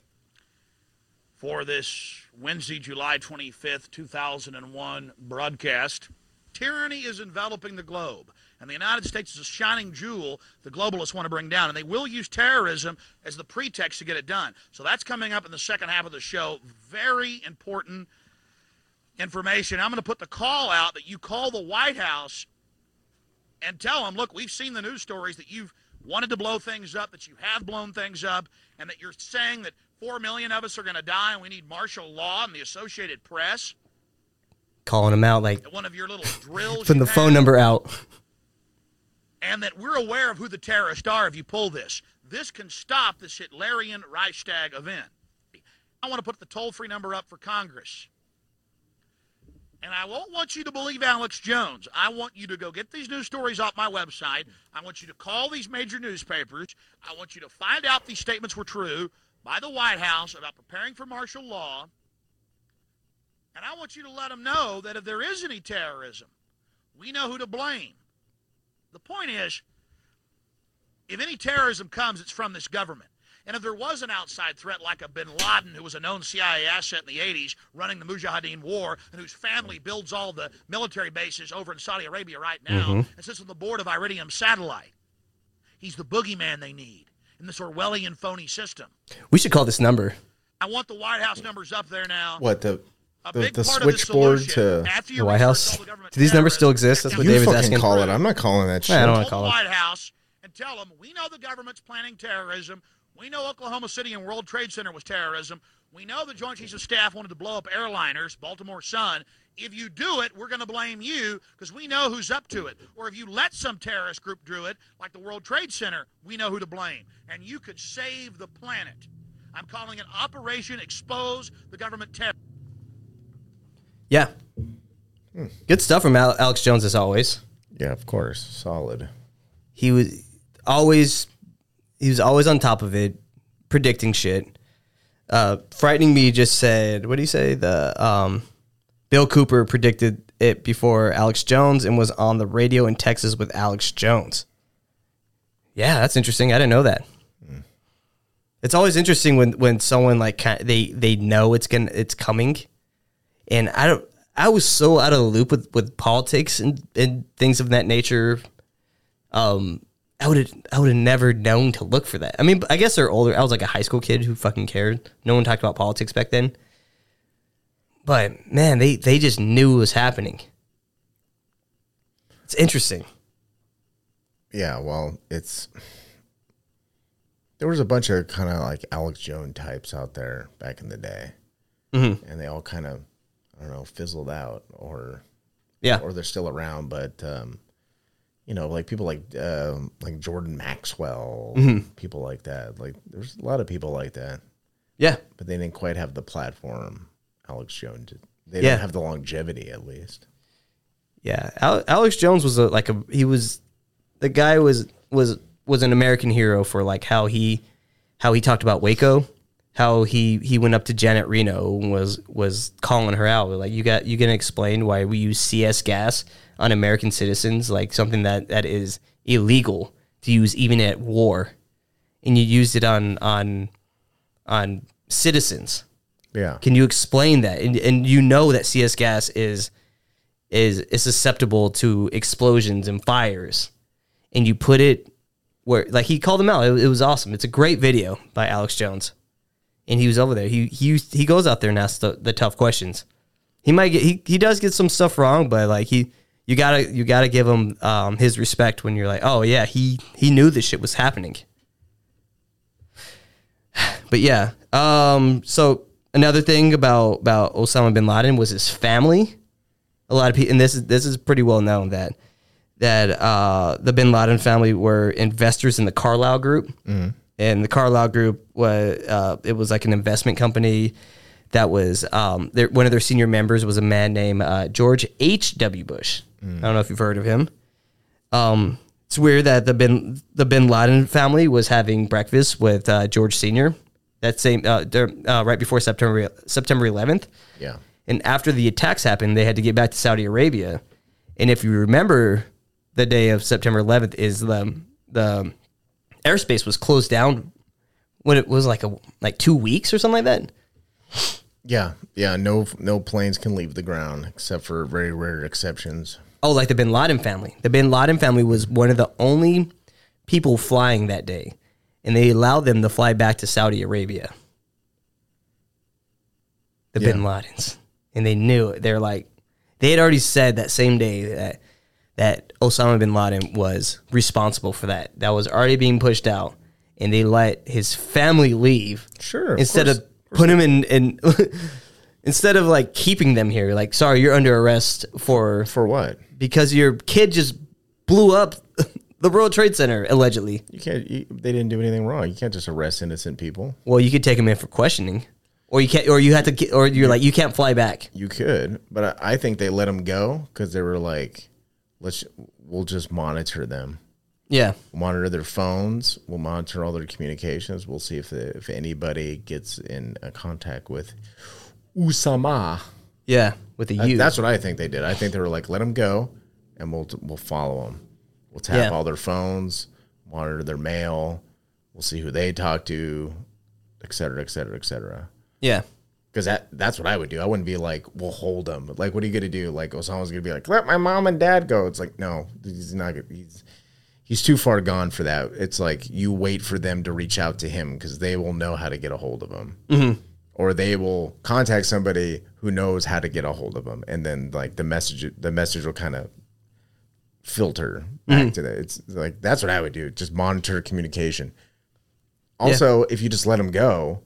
for this Wednesday, July 25th, 2001 broadcast. Tyranny is enveloping the globe, and the United States is a shining jewel the globalists want to bring down, and they will use terrorism as the pretext to get it done. So that's coming up in the second half of the show. Very important information. I'm going to put the call out that you call the White House and tell them, look, we've seen the news stories that you've wanted to blow things up, that you have blown things up, and that you're saying that four million of us are going to die and we need martial law and the Associated Press. Calling him out like That one of your little drills putting you the phone had, number out. and that we're aware of who the terrorists are if you pull this. This can stop this Hitlerian Reichstag event. I want to put the toll free number up for Congress. And I won't want you to believe Alex Jones. I want you to go get these news stories off my website. I want you to call these major newspapers. I want you to find out these statements were true by the White House about preparing for martial law. And I want you to let them know that if there is any terrorism, we know who to blame. The point is, if any terrorism comes, it's from this government. And if there was an outside threat like a bin Laden, who was a known CIA asset in the 80s, running the Mujahideen War, and whose family builds all the military bases over in Saudi Arabia right now, and sits on the board of Iridium Satellite, he's the boogeyman they need in this Orwellian phony system. We should call this number. I want the White House numbers up there now. What the A the, big the part of the switchboard solution, to after you The White research House? all the government Do these numbers still terrorism, exist? That's and what you you David's fucking asking. call it. I'm not calling that shit. I don't wanna Call call the it. White House and tell them we know the government's planning terrorism. We know Oklahoma City and World Trade Center was terrorism. We know the Joint Chiefs of Staff wanted to blow up airliners, Baltimore Sun. If you do it, we're going to blame you because we know who's up to it. Or if you let some terrorist group do it, like the World Trade Center, we know who to blame. And you could save the planet. I'm calling it Operation Expose the Government Terror. Yeah. Good stuff from Al- Alex Jones as always. Yeah, of course. Solid. he was always he was always on top of it, predicting shit. Uh, frightening me just said, what do you say? The um, Bill Cooper predicted it before Alex Jones and was on the radio in Texas with Alex Jones. Yeah, that's interesting. I didn't know that. It's always interesting when when someone like ki- they they know it's gonna it's coming, and I don't. I was so out of the loop with, with politics and, and things of that nature um, I would have I would have never known to look for that. I mean, I guess they're older. I was like a high school kid who fucking cared. No one talked about politics back then. But man, they they just knew it was happening. It's interesting. Yeah, well, it's there was a bunch of kind of like Alex Jones types out there back in the day, Mm-hmm. and they all kind of I don't know fizzled out or Yeah. or they're still around, but um, you know, like people like um, like Jordan Maxwell, people like that. Like there's a lot of people like that, Yeah. but they didn't quite have the platform Alex Jones They Yeah. don't have the longevity, at least. Yeah, Al- Alex Jones was a, like a he was the guy was was was an American hero for like how he how he talked about Waco, how he he went up to Janet Reno and was was calling her out like you got you gonna explain why we use CS gas on American citizens like something that that is illegal to use even at war, and you used it on on on citizens. Yeah. Can you explain that? And, and you know that CS gas is is is susceptible to explosions and fires, and you put it where like he called them out. It, it was awesome. It's a great video by Alex Jones, and he was over there. He he he goes out there and asks the, the tough questions. He might get he, he does get some stuff wrong, but like he you gotta you gotta give him um, his respect when you're like, oh yeah, he he knew this shit was happening. But yeah, um, so another thing about about Osama bin Laden was his family. A lot of people, and this is this is pretty well known that that uh, the bin Laden family were investors in the Carlyle Group, and the Carlyle Group was uh, it was like an investment company that was um, their, one of their senior members was a man named uh, George H. W. Bush. I don't know if you've heard of him. Um, it's weird that the bin the bin Laden family was having breakfast with uh, George Senior that same uh, dur- uh, right before September September 11th. Yeah. And after the attacks happened, they had to get back to Saudi Arabia. And if you remember, the day of September 11th is the the airspace was closed down. When it was like a like two weeks or something like that. Yeah. Yeah. No, no planes can leave the ground except for very rare exceptions. Oh, like the Bin Laden family. The Bin Laden family was one of the only people flying that day, and they allowed them to fly back to Saudi Arabia. The Bin Ladens, and they knew it. They're like, they had already said that same day that that Osama bin Laden was responsible for that. That was already being pushed out, and they let his family leave Sure. instead of put him in in. Instead of like keeping them here, like sorry, you're under arrest for for what? because your kid just blew up the World Trade Center allegedly. You can't. You, they didn't do anything wrong. You can't just arrest innocent people. Well, you could take him in for questioning, or you can't, or you had to, ki- or you're like you can't fly back. You could, but I, I think they let them go because they were like, "Let's. We'll just monitor them. Yeah, Monitor their phones. We'll monitor all their communications. We'll see if the, if anybody gets in uh, contact with Usama. yeah, with a That- U. That's what I think they did. I think they were like, "Let them go, and we'll we'll follow them. We'll tap Yeah. all their phones, monitor their mail. We'll see who they talk to, et cetera, et cetera, et cetera." yeah, Because that that's what I would do. I wouldn't be like, we'll hold them. Like, what are you gonna do? Like, Osama's gonna be like, let my mom and dad go. It's like, no, he's not. gonna- He's he's too far gone for that. It's like you wait for them to reach out to him because they will know how to get a hold of him, or they will contact somebody who knows how to get a hold of him, and then like the message the message will kind of filter back to that. It's like that's what I would do. Just monitor communication. Also, if you just let them go,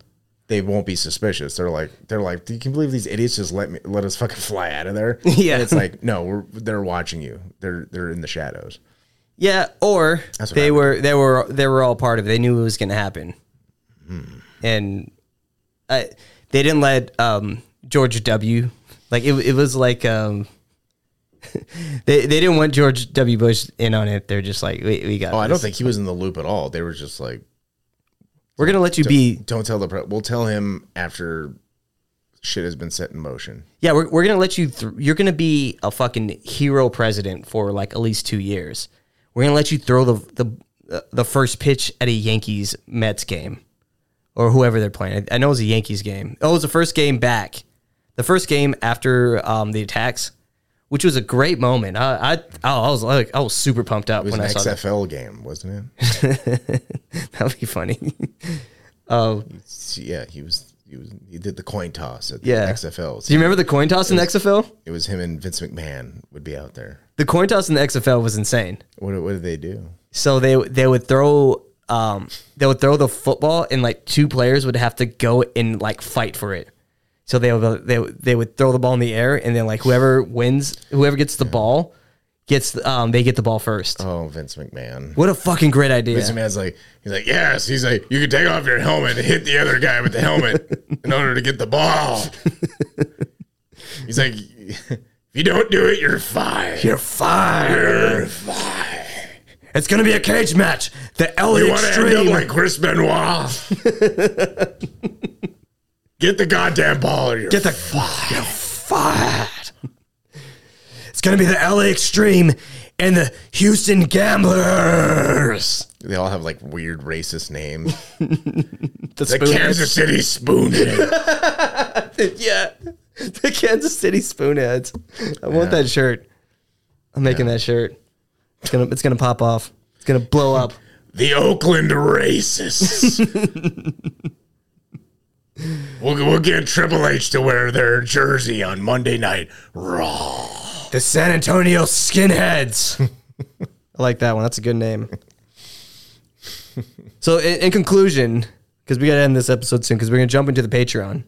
they won't be suspicious. They're like, they're like, you can believe these idiots just let me let us fucking fly out of there. Yeah. and it's like, no, we're, they're watching you. They're they're in the shadows. yeah. Or That's what they I would were, they were, they were all part of it. They knew it was going to happen, Hmm. and I, they didn't let um, George W. Like it, it was like um, they they didn't want George W. Bush in on it. They're just like we, we got. Oh, I don't this. think he was in the loop at all. They were just like, we're gonna let you be don't tell the pre- we'll tell him after shit has been set in motion. Yeah, we're, we're gonna let you. Th- you're gonna be a fucking hero president for like at least two years. We're gonna let you throw the the uh, the first pitch at a Yankees Mets game, or whoever they're playing. I I know it was a Yankees game. Oh, it was the first game back, the first game after um, the attacks, which was a great moment. I I, oh, I was like I was super pumped up It was when I an saw that. XFL game, wasn't it? That'd be funny. yeah, he was. He was. He did the coin toss at the Yeah. XFL. Do you remember the coin toss in the XFL? It was him and Vince McMahon would be out there. The coin toss in the XFL was insane. What what did they do? So they they would throw um they would throw the football and like two players would have to go and like fight for it. So they would they would- they would throw the ball in the air and then like whoever wins whoever gets the ball gets um they get the ball first. Oh, Vince McMahon. What a fucking great idea. Vince McMahon's like, he's like, yes. He's like, you can take off your helmet and hit the other guy with the helmet in order to get the ball. He's like, if you don't do it, you're fired. You're fired. It's gonna be a cage match. The You Elliot want to end up like Chris Benoit? Get the goddamn ball in your Get the fire. fired. It's gonna be the LA Extreme and the Houston Gamblers. They all have like weird racist names. The, The Kansas City Spoonhead. yeah, the Kansas City Spoonheads. I want that shirt. I'm making that shirt. It's gonna it's gonna pop off. It's gonna blow up. the Oakland Racists. we'll, we'll get Triple H to wear their jersey on Monday Night Raw. The San Antonio Skinheads. I like that one. That's a good name. so, in, in conclusion, because we got to end this episode soon, because we're gonna jump into the Patreon,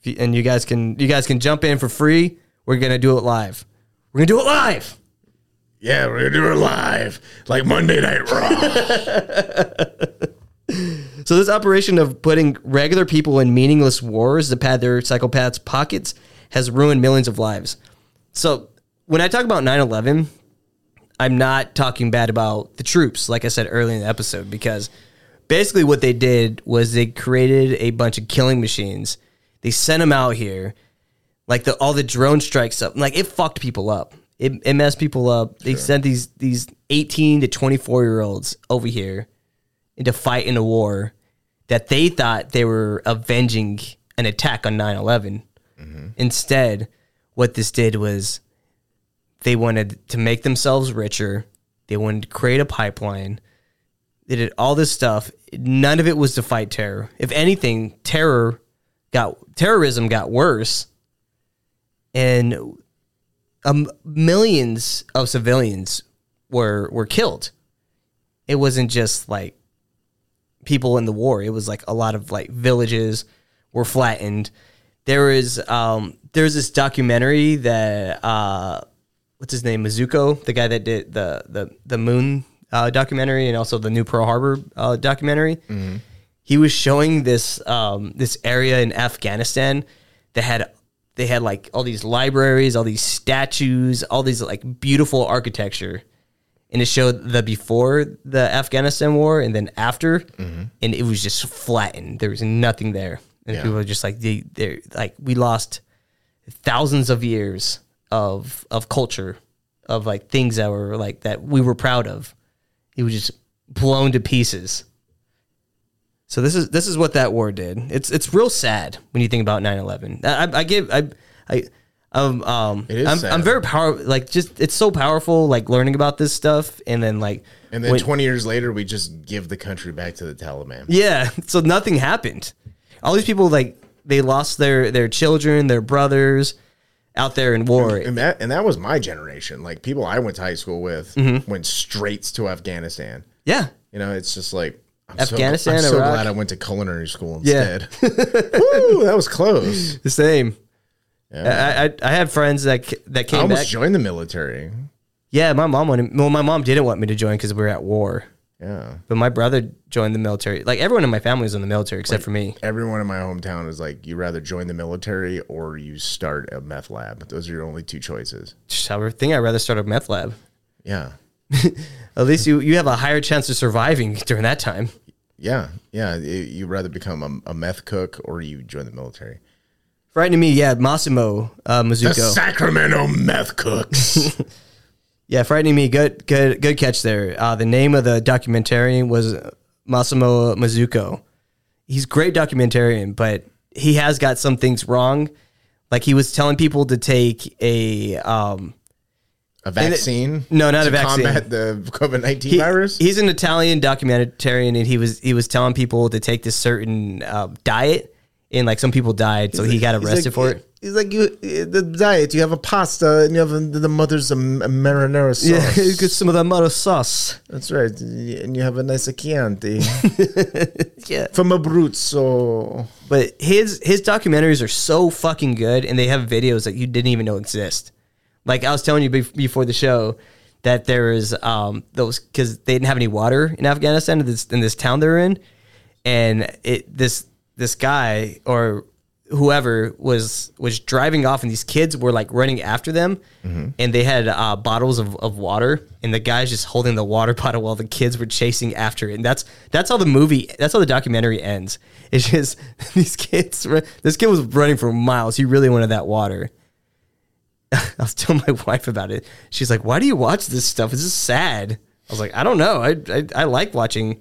if you, and you guys can you guys can jump in for free. We're gonna do it live. We're gonna do it live. Yeah, we're gonna do it live, like Monday Night Raw. So this operation of putting regular people in meaningless wars to pad their psychopaths' pockets has ruined millions of lives. So when I talk about 9/11, I'm not talking bad about the troops, like I said earlier in the episode, because basically what they did was they created a bunch of killing machines. They sent them out here, like the all the drone strikes up, like it fucked people up. It, it messed people up. They sent these these 18 to 24 year olds over here into fight in a war that they thought they were avenging an attack on 9-11 instead what this did was they wanted to make themselves richer they wanted to create a pipeline they did all this stuff none of it was to fight terror if anything terror got terrorism got worse and um, millions of civilians were were killed it wasn't just like people in the war. It was like a lot of like villages were flattened. There is um there's this documentary that uh what's his name Mizuko, the guy that did the the the moon uh, documentary and also the new Pearl Harbor uh, documentary. He was showing this um this area in Afghanistan that had they had like all these libraries, all these statues, all these like beautiful architecture and it showed the before the Afghanistan war and then after, and it was just flattened. There was nothing there, and people were just like they they like we lost thousands of years of of culture, of like things that were like that we were proud of. It was just blown to pieces. So this is this is what that war did. It's it's real sad when you think about 9-11. I, I- I give I I um um It is I'm, sad. I'm very power like just it's so powerful like learning about this stuff and then like And then when- 20 years later, we just give the country back to the Taliban. yeah so nothing happened. All these people like they lost their their children, their brothers out there in war. And that and that was my generation. Like people I went to high school with Mm-hmm. went straight to Afghanistan. Yeah. You know, it's just like I'm Afghanistan, So, I'm so Iraq. glad I went to culinary school Yeah. instead. Woo, that was close. The same. Yeah. I, I I had friends that c- that I came almost back. joined the military. yeah, my mom wanted well my mom didn't want me to join cuz we were at war. Yeah. But my brother joined the military. Like everyone in my family was in the military except for me. Everyone in my hometown was like, you rather join the military or you start a meth lab. Those are your only two choices. Just, I would think I'd rather start a meth lab. Yeah. At least you, you have a higher chance of surviving during that time. Yeah. Yeah. It- you'd rather become a, a meth cook or you join the military. Frightening me, yeah, Massimo uh, Mizuko. Sacramento meth cooks. yeah, frightening me. Good, good, good catch there. Uh, the name of the documentarian was Massimo Mizuko. He's a great documentarian, but he has got some things wrong. Like he was telling people to take a um, a vaccine? No, not to a vaccine. Combat the COVID nineteen he- virus. He's an Italian documentarian, and he was he was telling people to take this certain uh, diet, and like some people died, so he got arrested for it. He's like you, the diet. You have a pasta, and you have the mother's marinara Yeah, sauce. get some of that mother sauce. That's right, and you have a nice Chianti Yeah, from Abruzzo. but his his documentaries are so fucking good, and they have videos that you didn't even know exist. Like I was telling you bef- before the show that there is um those because they didn't have any water in Afghanistan in this in this town they're in, and it this this guy or whoever was was driving off, and these kids were like running after them, and they had uh, bottles of, of water, and the guys just holding the water bottle while the kids were chasing after it, and that's that's how the movie, that's how the documentary ends. It's just these kids, ru- this kid was running for miles. He really wanted that water. I was telling my wife about it. She's like, "Why do you watch this stuff? This is sad." I was like, "I don't know. I I, I like watching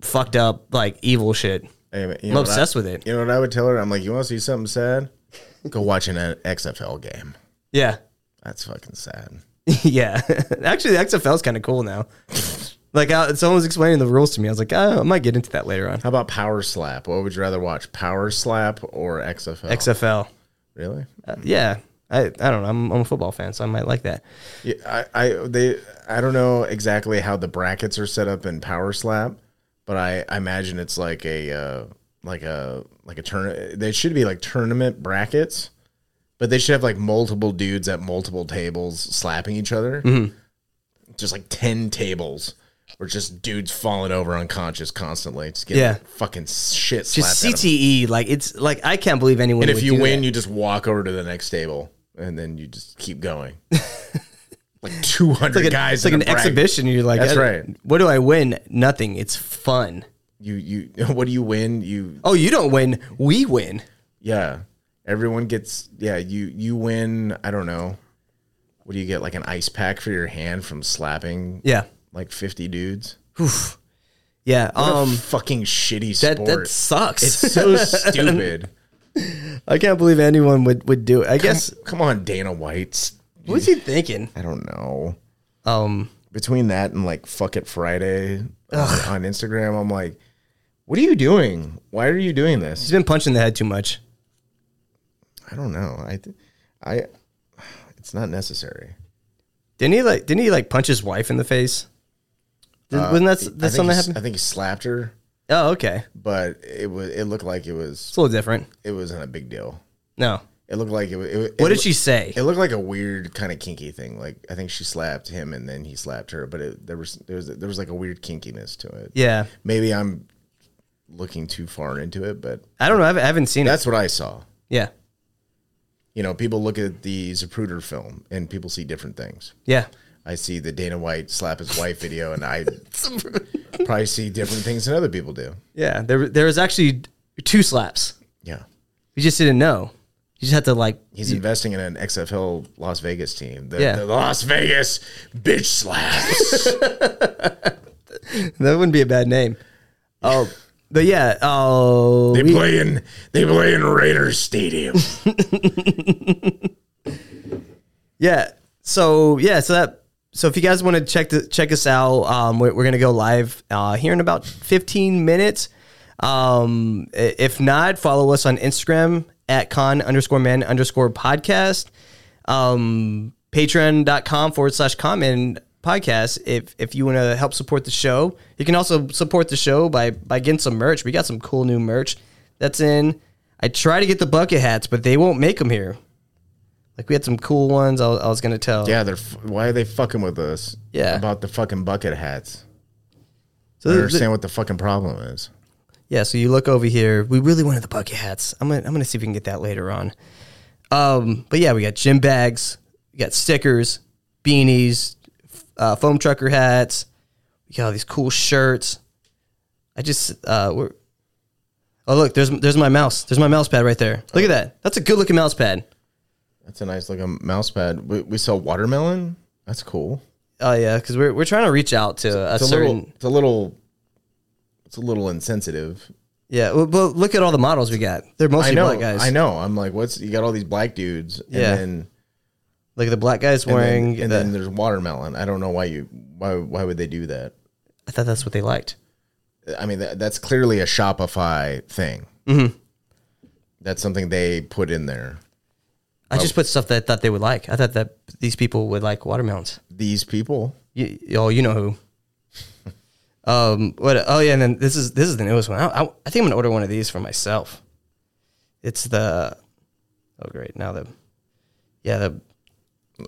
fucked up like evil shit. Anyway, you I'm know what I- obsessed with it. You know what I would tell her? I'm like, you want to see something sad? Go watch an XFL game. Yeah, That's fucking sad. yeah. Actually, the XFL is kind of cool now. like, I, someone was explaining the rules to me. I was like, oh, I might get into that later on. How about Power Slap? What would you rather watch, Power Slap or XFL? XFL. Really? Uh, yeah, I I don't know. I'm, I'm a football fan, so I might like that. Yeah, I, I they I don't know exactly how the brackets are set up in Power Slap, but I, I imagine it's like a uh, like a like a turn. They should be like tournament brackets, but they should have like multiple dudes at multiple tables slapping each other, Mm-hmm. just like ten tables. Or just dudes falling over unconscious constantly. Just getting Yeah. fucking shit slapped. Just at 'em. CTE. Like, it's like I can't believe anyone. And if would you do win, that. you just walk over to the next table, and then you just keep going. like two It's hundred like, a- guys. it's like in an a bracket. exhibition. You're like, That's I- right. What do I win? Nothing. It's fun. You you. What do you win? You Oh, you don't win. We win. yeah. Everyone gets yeah. You you win. I don't know. What do you get? Like an ice pack for your hand from slapping. Yeah. Like fifty dudes. Yeah. Um, Um. fucking shitty That sport. that sucks. it's so stupid. I can't believe anyone would would do it. I guess. Come on, Dana White. What's he thinking? I don't know. Um. between that and like fuck it Friday on Instagram, I'm like, what are you doing? Why are you doing this? He's been punching the head too much. I don't know. I, th- I, it's not necessary. Didn't he like? Didn't he like punch his wife in the face? Did, wasn't that Uh, I that's think something he that s- happened? I think he slapped her, Oh, okay. but it was it looked like it was It's a little different. it wasn't a big deal. No. It looked like it. wa- it, wa- it What did loo- she say? It looked like a weird kind of kinky thing. Like I think she slapped him and then he slapped her, but it, there was there was there was like a weird kinkiness to it. Yeah. Maybe I'm looking too far into it, but I don't know. I haven't- I haven't seen it. that's what I saw. Yeah. you know, people look at the Zapruder film and people see different things. Yeah. I see the Dana White slap his wife video, and I probably see different things than other people do. Yeah. There there was actually two slaps. Yeah, You just didn't know. You just had to like. he's investing in an XFL Las Vegas team. The, Yeah. the Las Vegas bitch slaps. That wouldn't be a bad name. Oh. But yeah, oh, they we- play in they play in Raiders Stadium. Yeah. So yeah. So that. So if you guys want to check the, check us out, um, we're, we're gonna go live uh, here in about 15 minutes. Um, i- if not, follow us on Instagram at con underscore men underscore podcast, um, patreon.com forward slash common podcast. If, if you want to help support the show, you can also support the show by, by getting some merch. We got some cool new merch that's in. I try to get the bucket hats, but they won't make them here. Like we had some cool ones. I was, I was gonna tell. yeah, they're f- why are they fucking with us? Yeah. about the fucking bucket hats. So th- I don't th- understand what the fucking problem is. yeah. So you look over here. We really wanted the bucket hats. I'm gonna I'm gonna see if we can get that later on. Um. But yeah, we got gym bags. We got stickers, beanies, f- uh, foam trucker hats. We got all these cool shirts. I just uh. We're, oh look, there's there's my mouse. There's my mouse pad right there. Look at that. That's a good looking mouse pad. That's a nice looking mouse pad. We, we sell watermelon. That's cool. Oh yeah, because we're we're trying to reach out to a it's a certain. little it's a little it's a little insensitive Yeah, well, but look at all the models we got. They're mostly i know black guys. i know i'm like what's you got all these black dudes and Yeah. then Like the black guys and then- wearing. and, then, the- there's watermelon i don't know why you why why would they do that I thought that's what they liked. i mean that, that's clearly a shopify thing Mm-hmm. that's something they put in there I just put stuff that I thought they would like. I thought that these people would like watermelons. these people You, oh, you know who? um, what? Oh yeah, and then this is this is the newest one. I, I, I think I'm gonna order one of these for myself. It's the. Oh great! Now the. Yeah, the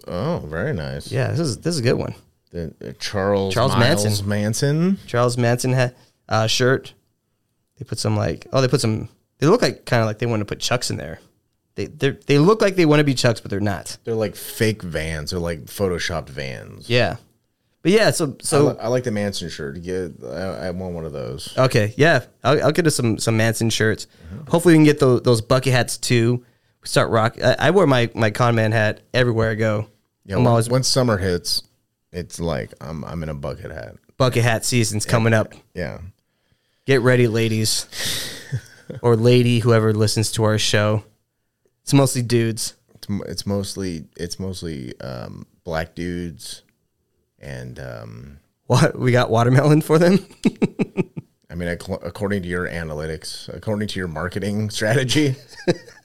oh very nice yeah. This is this is a good one. The- the charles Charles Miles Manson. manson Charles Manson hat uh, shirt. They put some like oh they put some They look like kind of like they want to put Chucks in there. They they they look like they want to be Chucks, but they're not. They're like fake vans. They're like photoshopped vans. Yeah, but yeah. So I, so li- I like the Manson shirt. Get I, I want one of those. Okay, yeah, I'll, I'll get us some some Manson shirts. Uh-huh. Hopefully, we can get those, those bucket hats too. We start rock. I, I wear my my con man hat everywhere I go. Yeah, I'm when, always when summer hits, it's like I'm I'm in a bucket hat. bucket hat season's coming up. Yeah, Get ready, ladies, or lady, whoever listens to our show. It's mostly dudes. it's, m- it's mostly it's mostly um, black dudes, and um, What we got watermelon for them? I mean, ac- according to your analytics, according to your marketing strategy,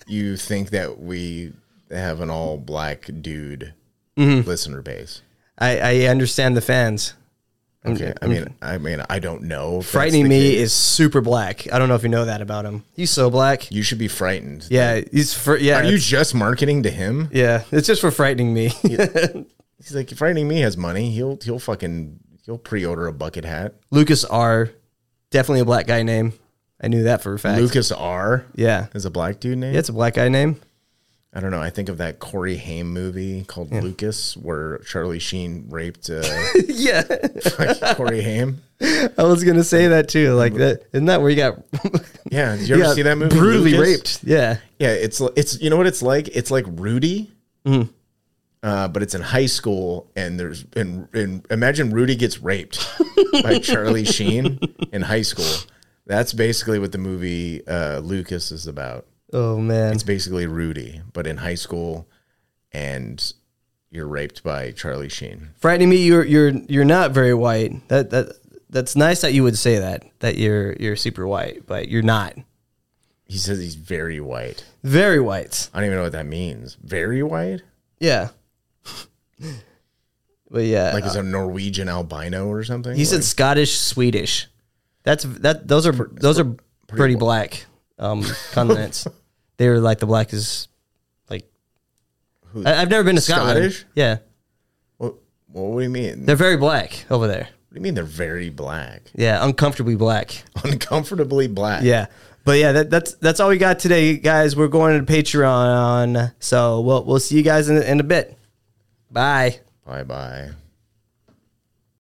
you think that we have an all black dude Mm-hmm. listener base. I I understand the fans. I'm- Okay, I I'm- mean, I mean, I don't know. if that's Mm-hmm. frightening the me case. is super black. I don't know if you know that about him. He's so black. you should be frightened. Yeah, he's for yeah. Are you it's- just marketing to him? yeah, it's just for frightening me. He's like, frightening me has money. He'll he'll fucking he'll pre-order a bucket hat. Lucas R. Definitely a black guy name. I knew that for a fact. Lucas R Yeah. is a black dude name. Yeah, it's a black guy name. I don't know. I think of that Corey Haim movie called Lucas, where Charlie Sheen raped uh, yeah. Corey Haim. I was going to say that too. Like, that, isn't that where you got. Yeah, did you ever got see that movie? Brutally Lucas? raped. Yeah. Yeah, it's it's you know what it's like. It's like Rudy, Mm-hmm. uh, but it's in high school, and there's and, and imagine Rudy gets raped by Charlie Sheen in high school. That's basically what the movie uh, Lucas is about. Oh, man. It's basically Rudy, but in high school, and you're raped by Charlie Sheen. Frightening me, you're, you're, you're not very white. That, that, that's nice that you would say that, that you're, you're super white, but you're not. He says he's very white. Very white. I don't even know what that means. Very white, Yeah. but yeah. like he's a Norwegian albino or something. Uh, He said Like, Scottish, Swedish. That's that. Those are those are pretty black um, continents. they were like the blackest. Like I, have never been to Scotland. Scottish? Yeah, what, what do you mean? they're very black over there. What do you mean they're very black? Yeah, uncomfortably black. Uncomfortably black. Yeah, but yeah, that, that's that's all we got today, guys. We're going to Patreon, so we'll we'll see you guys in, in a bit. Bye. Bye bye.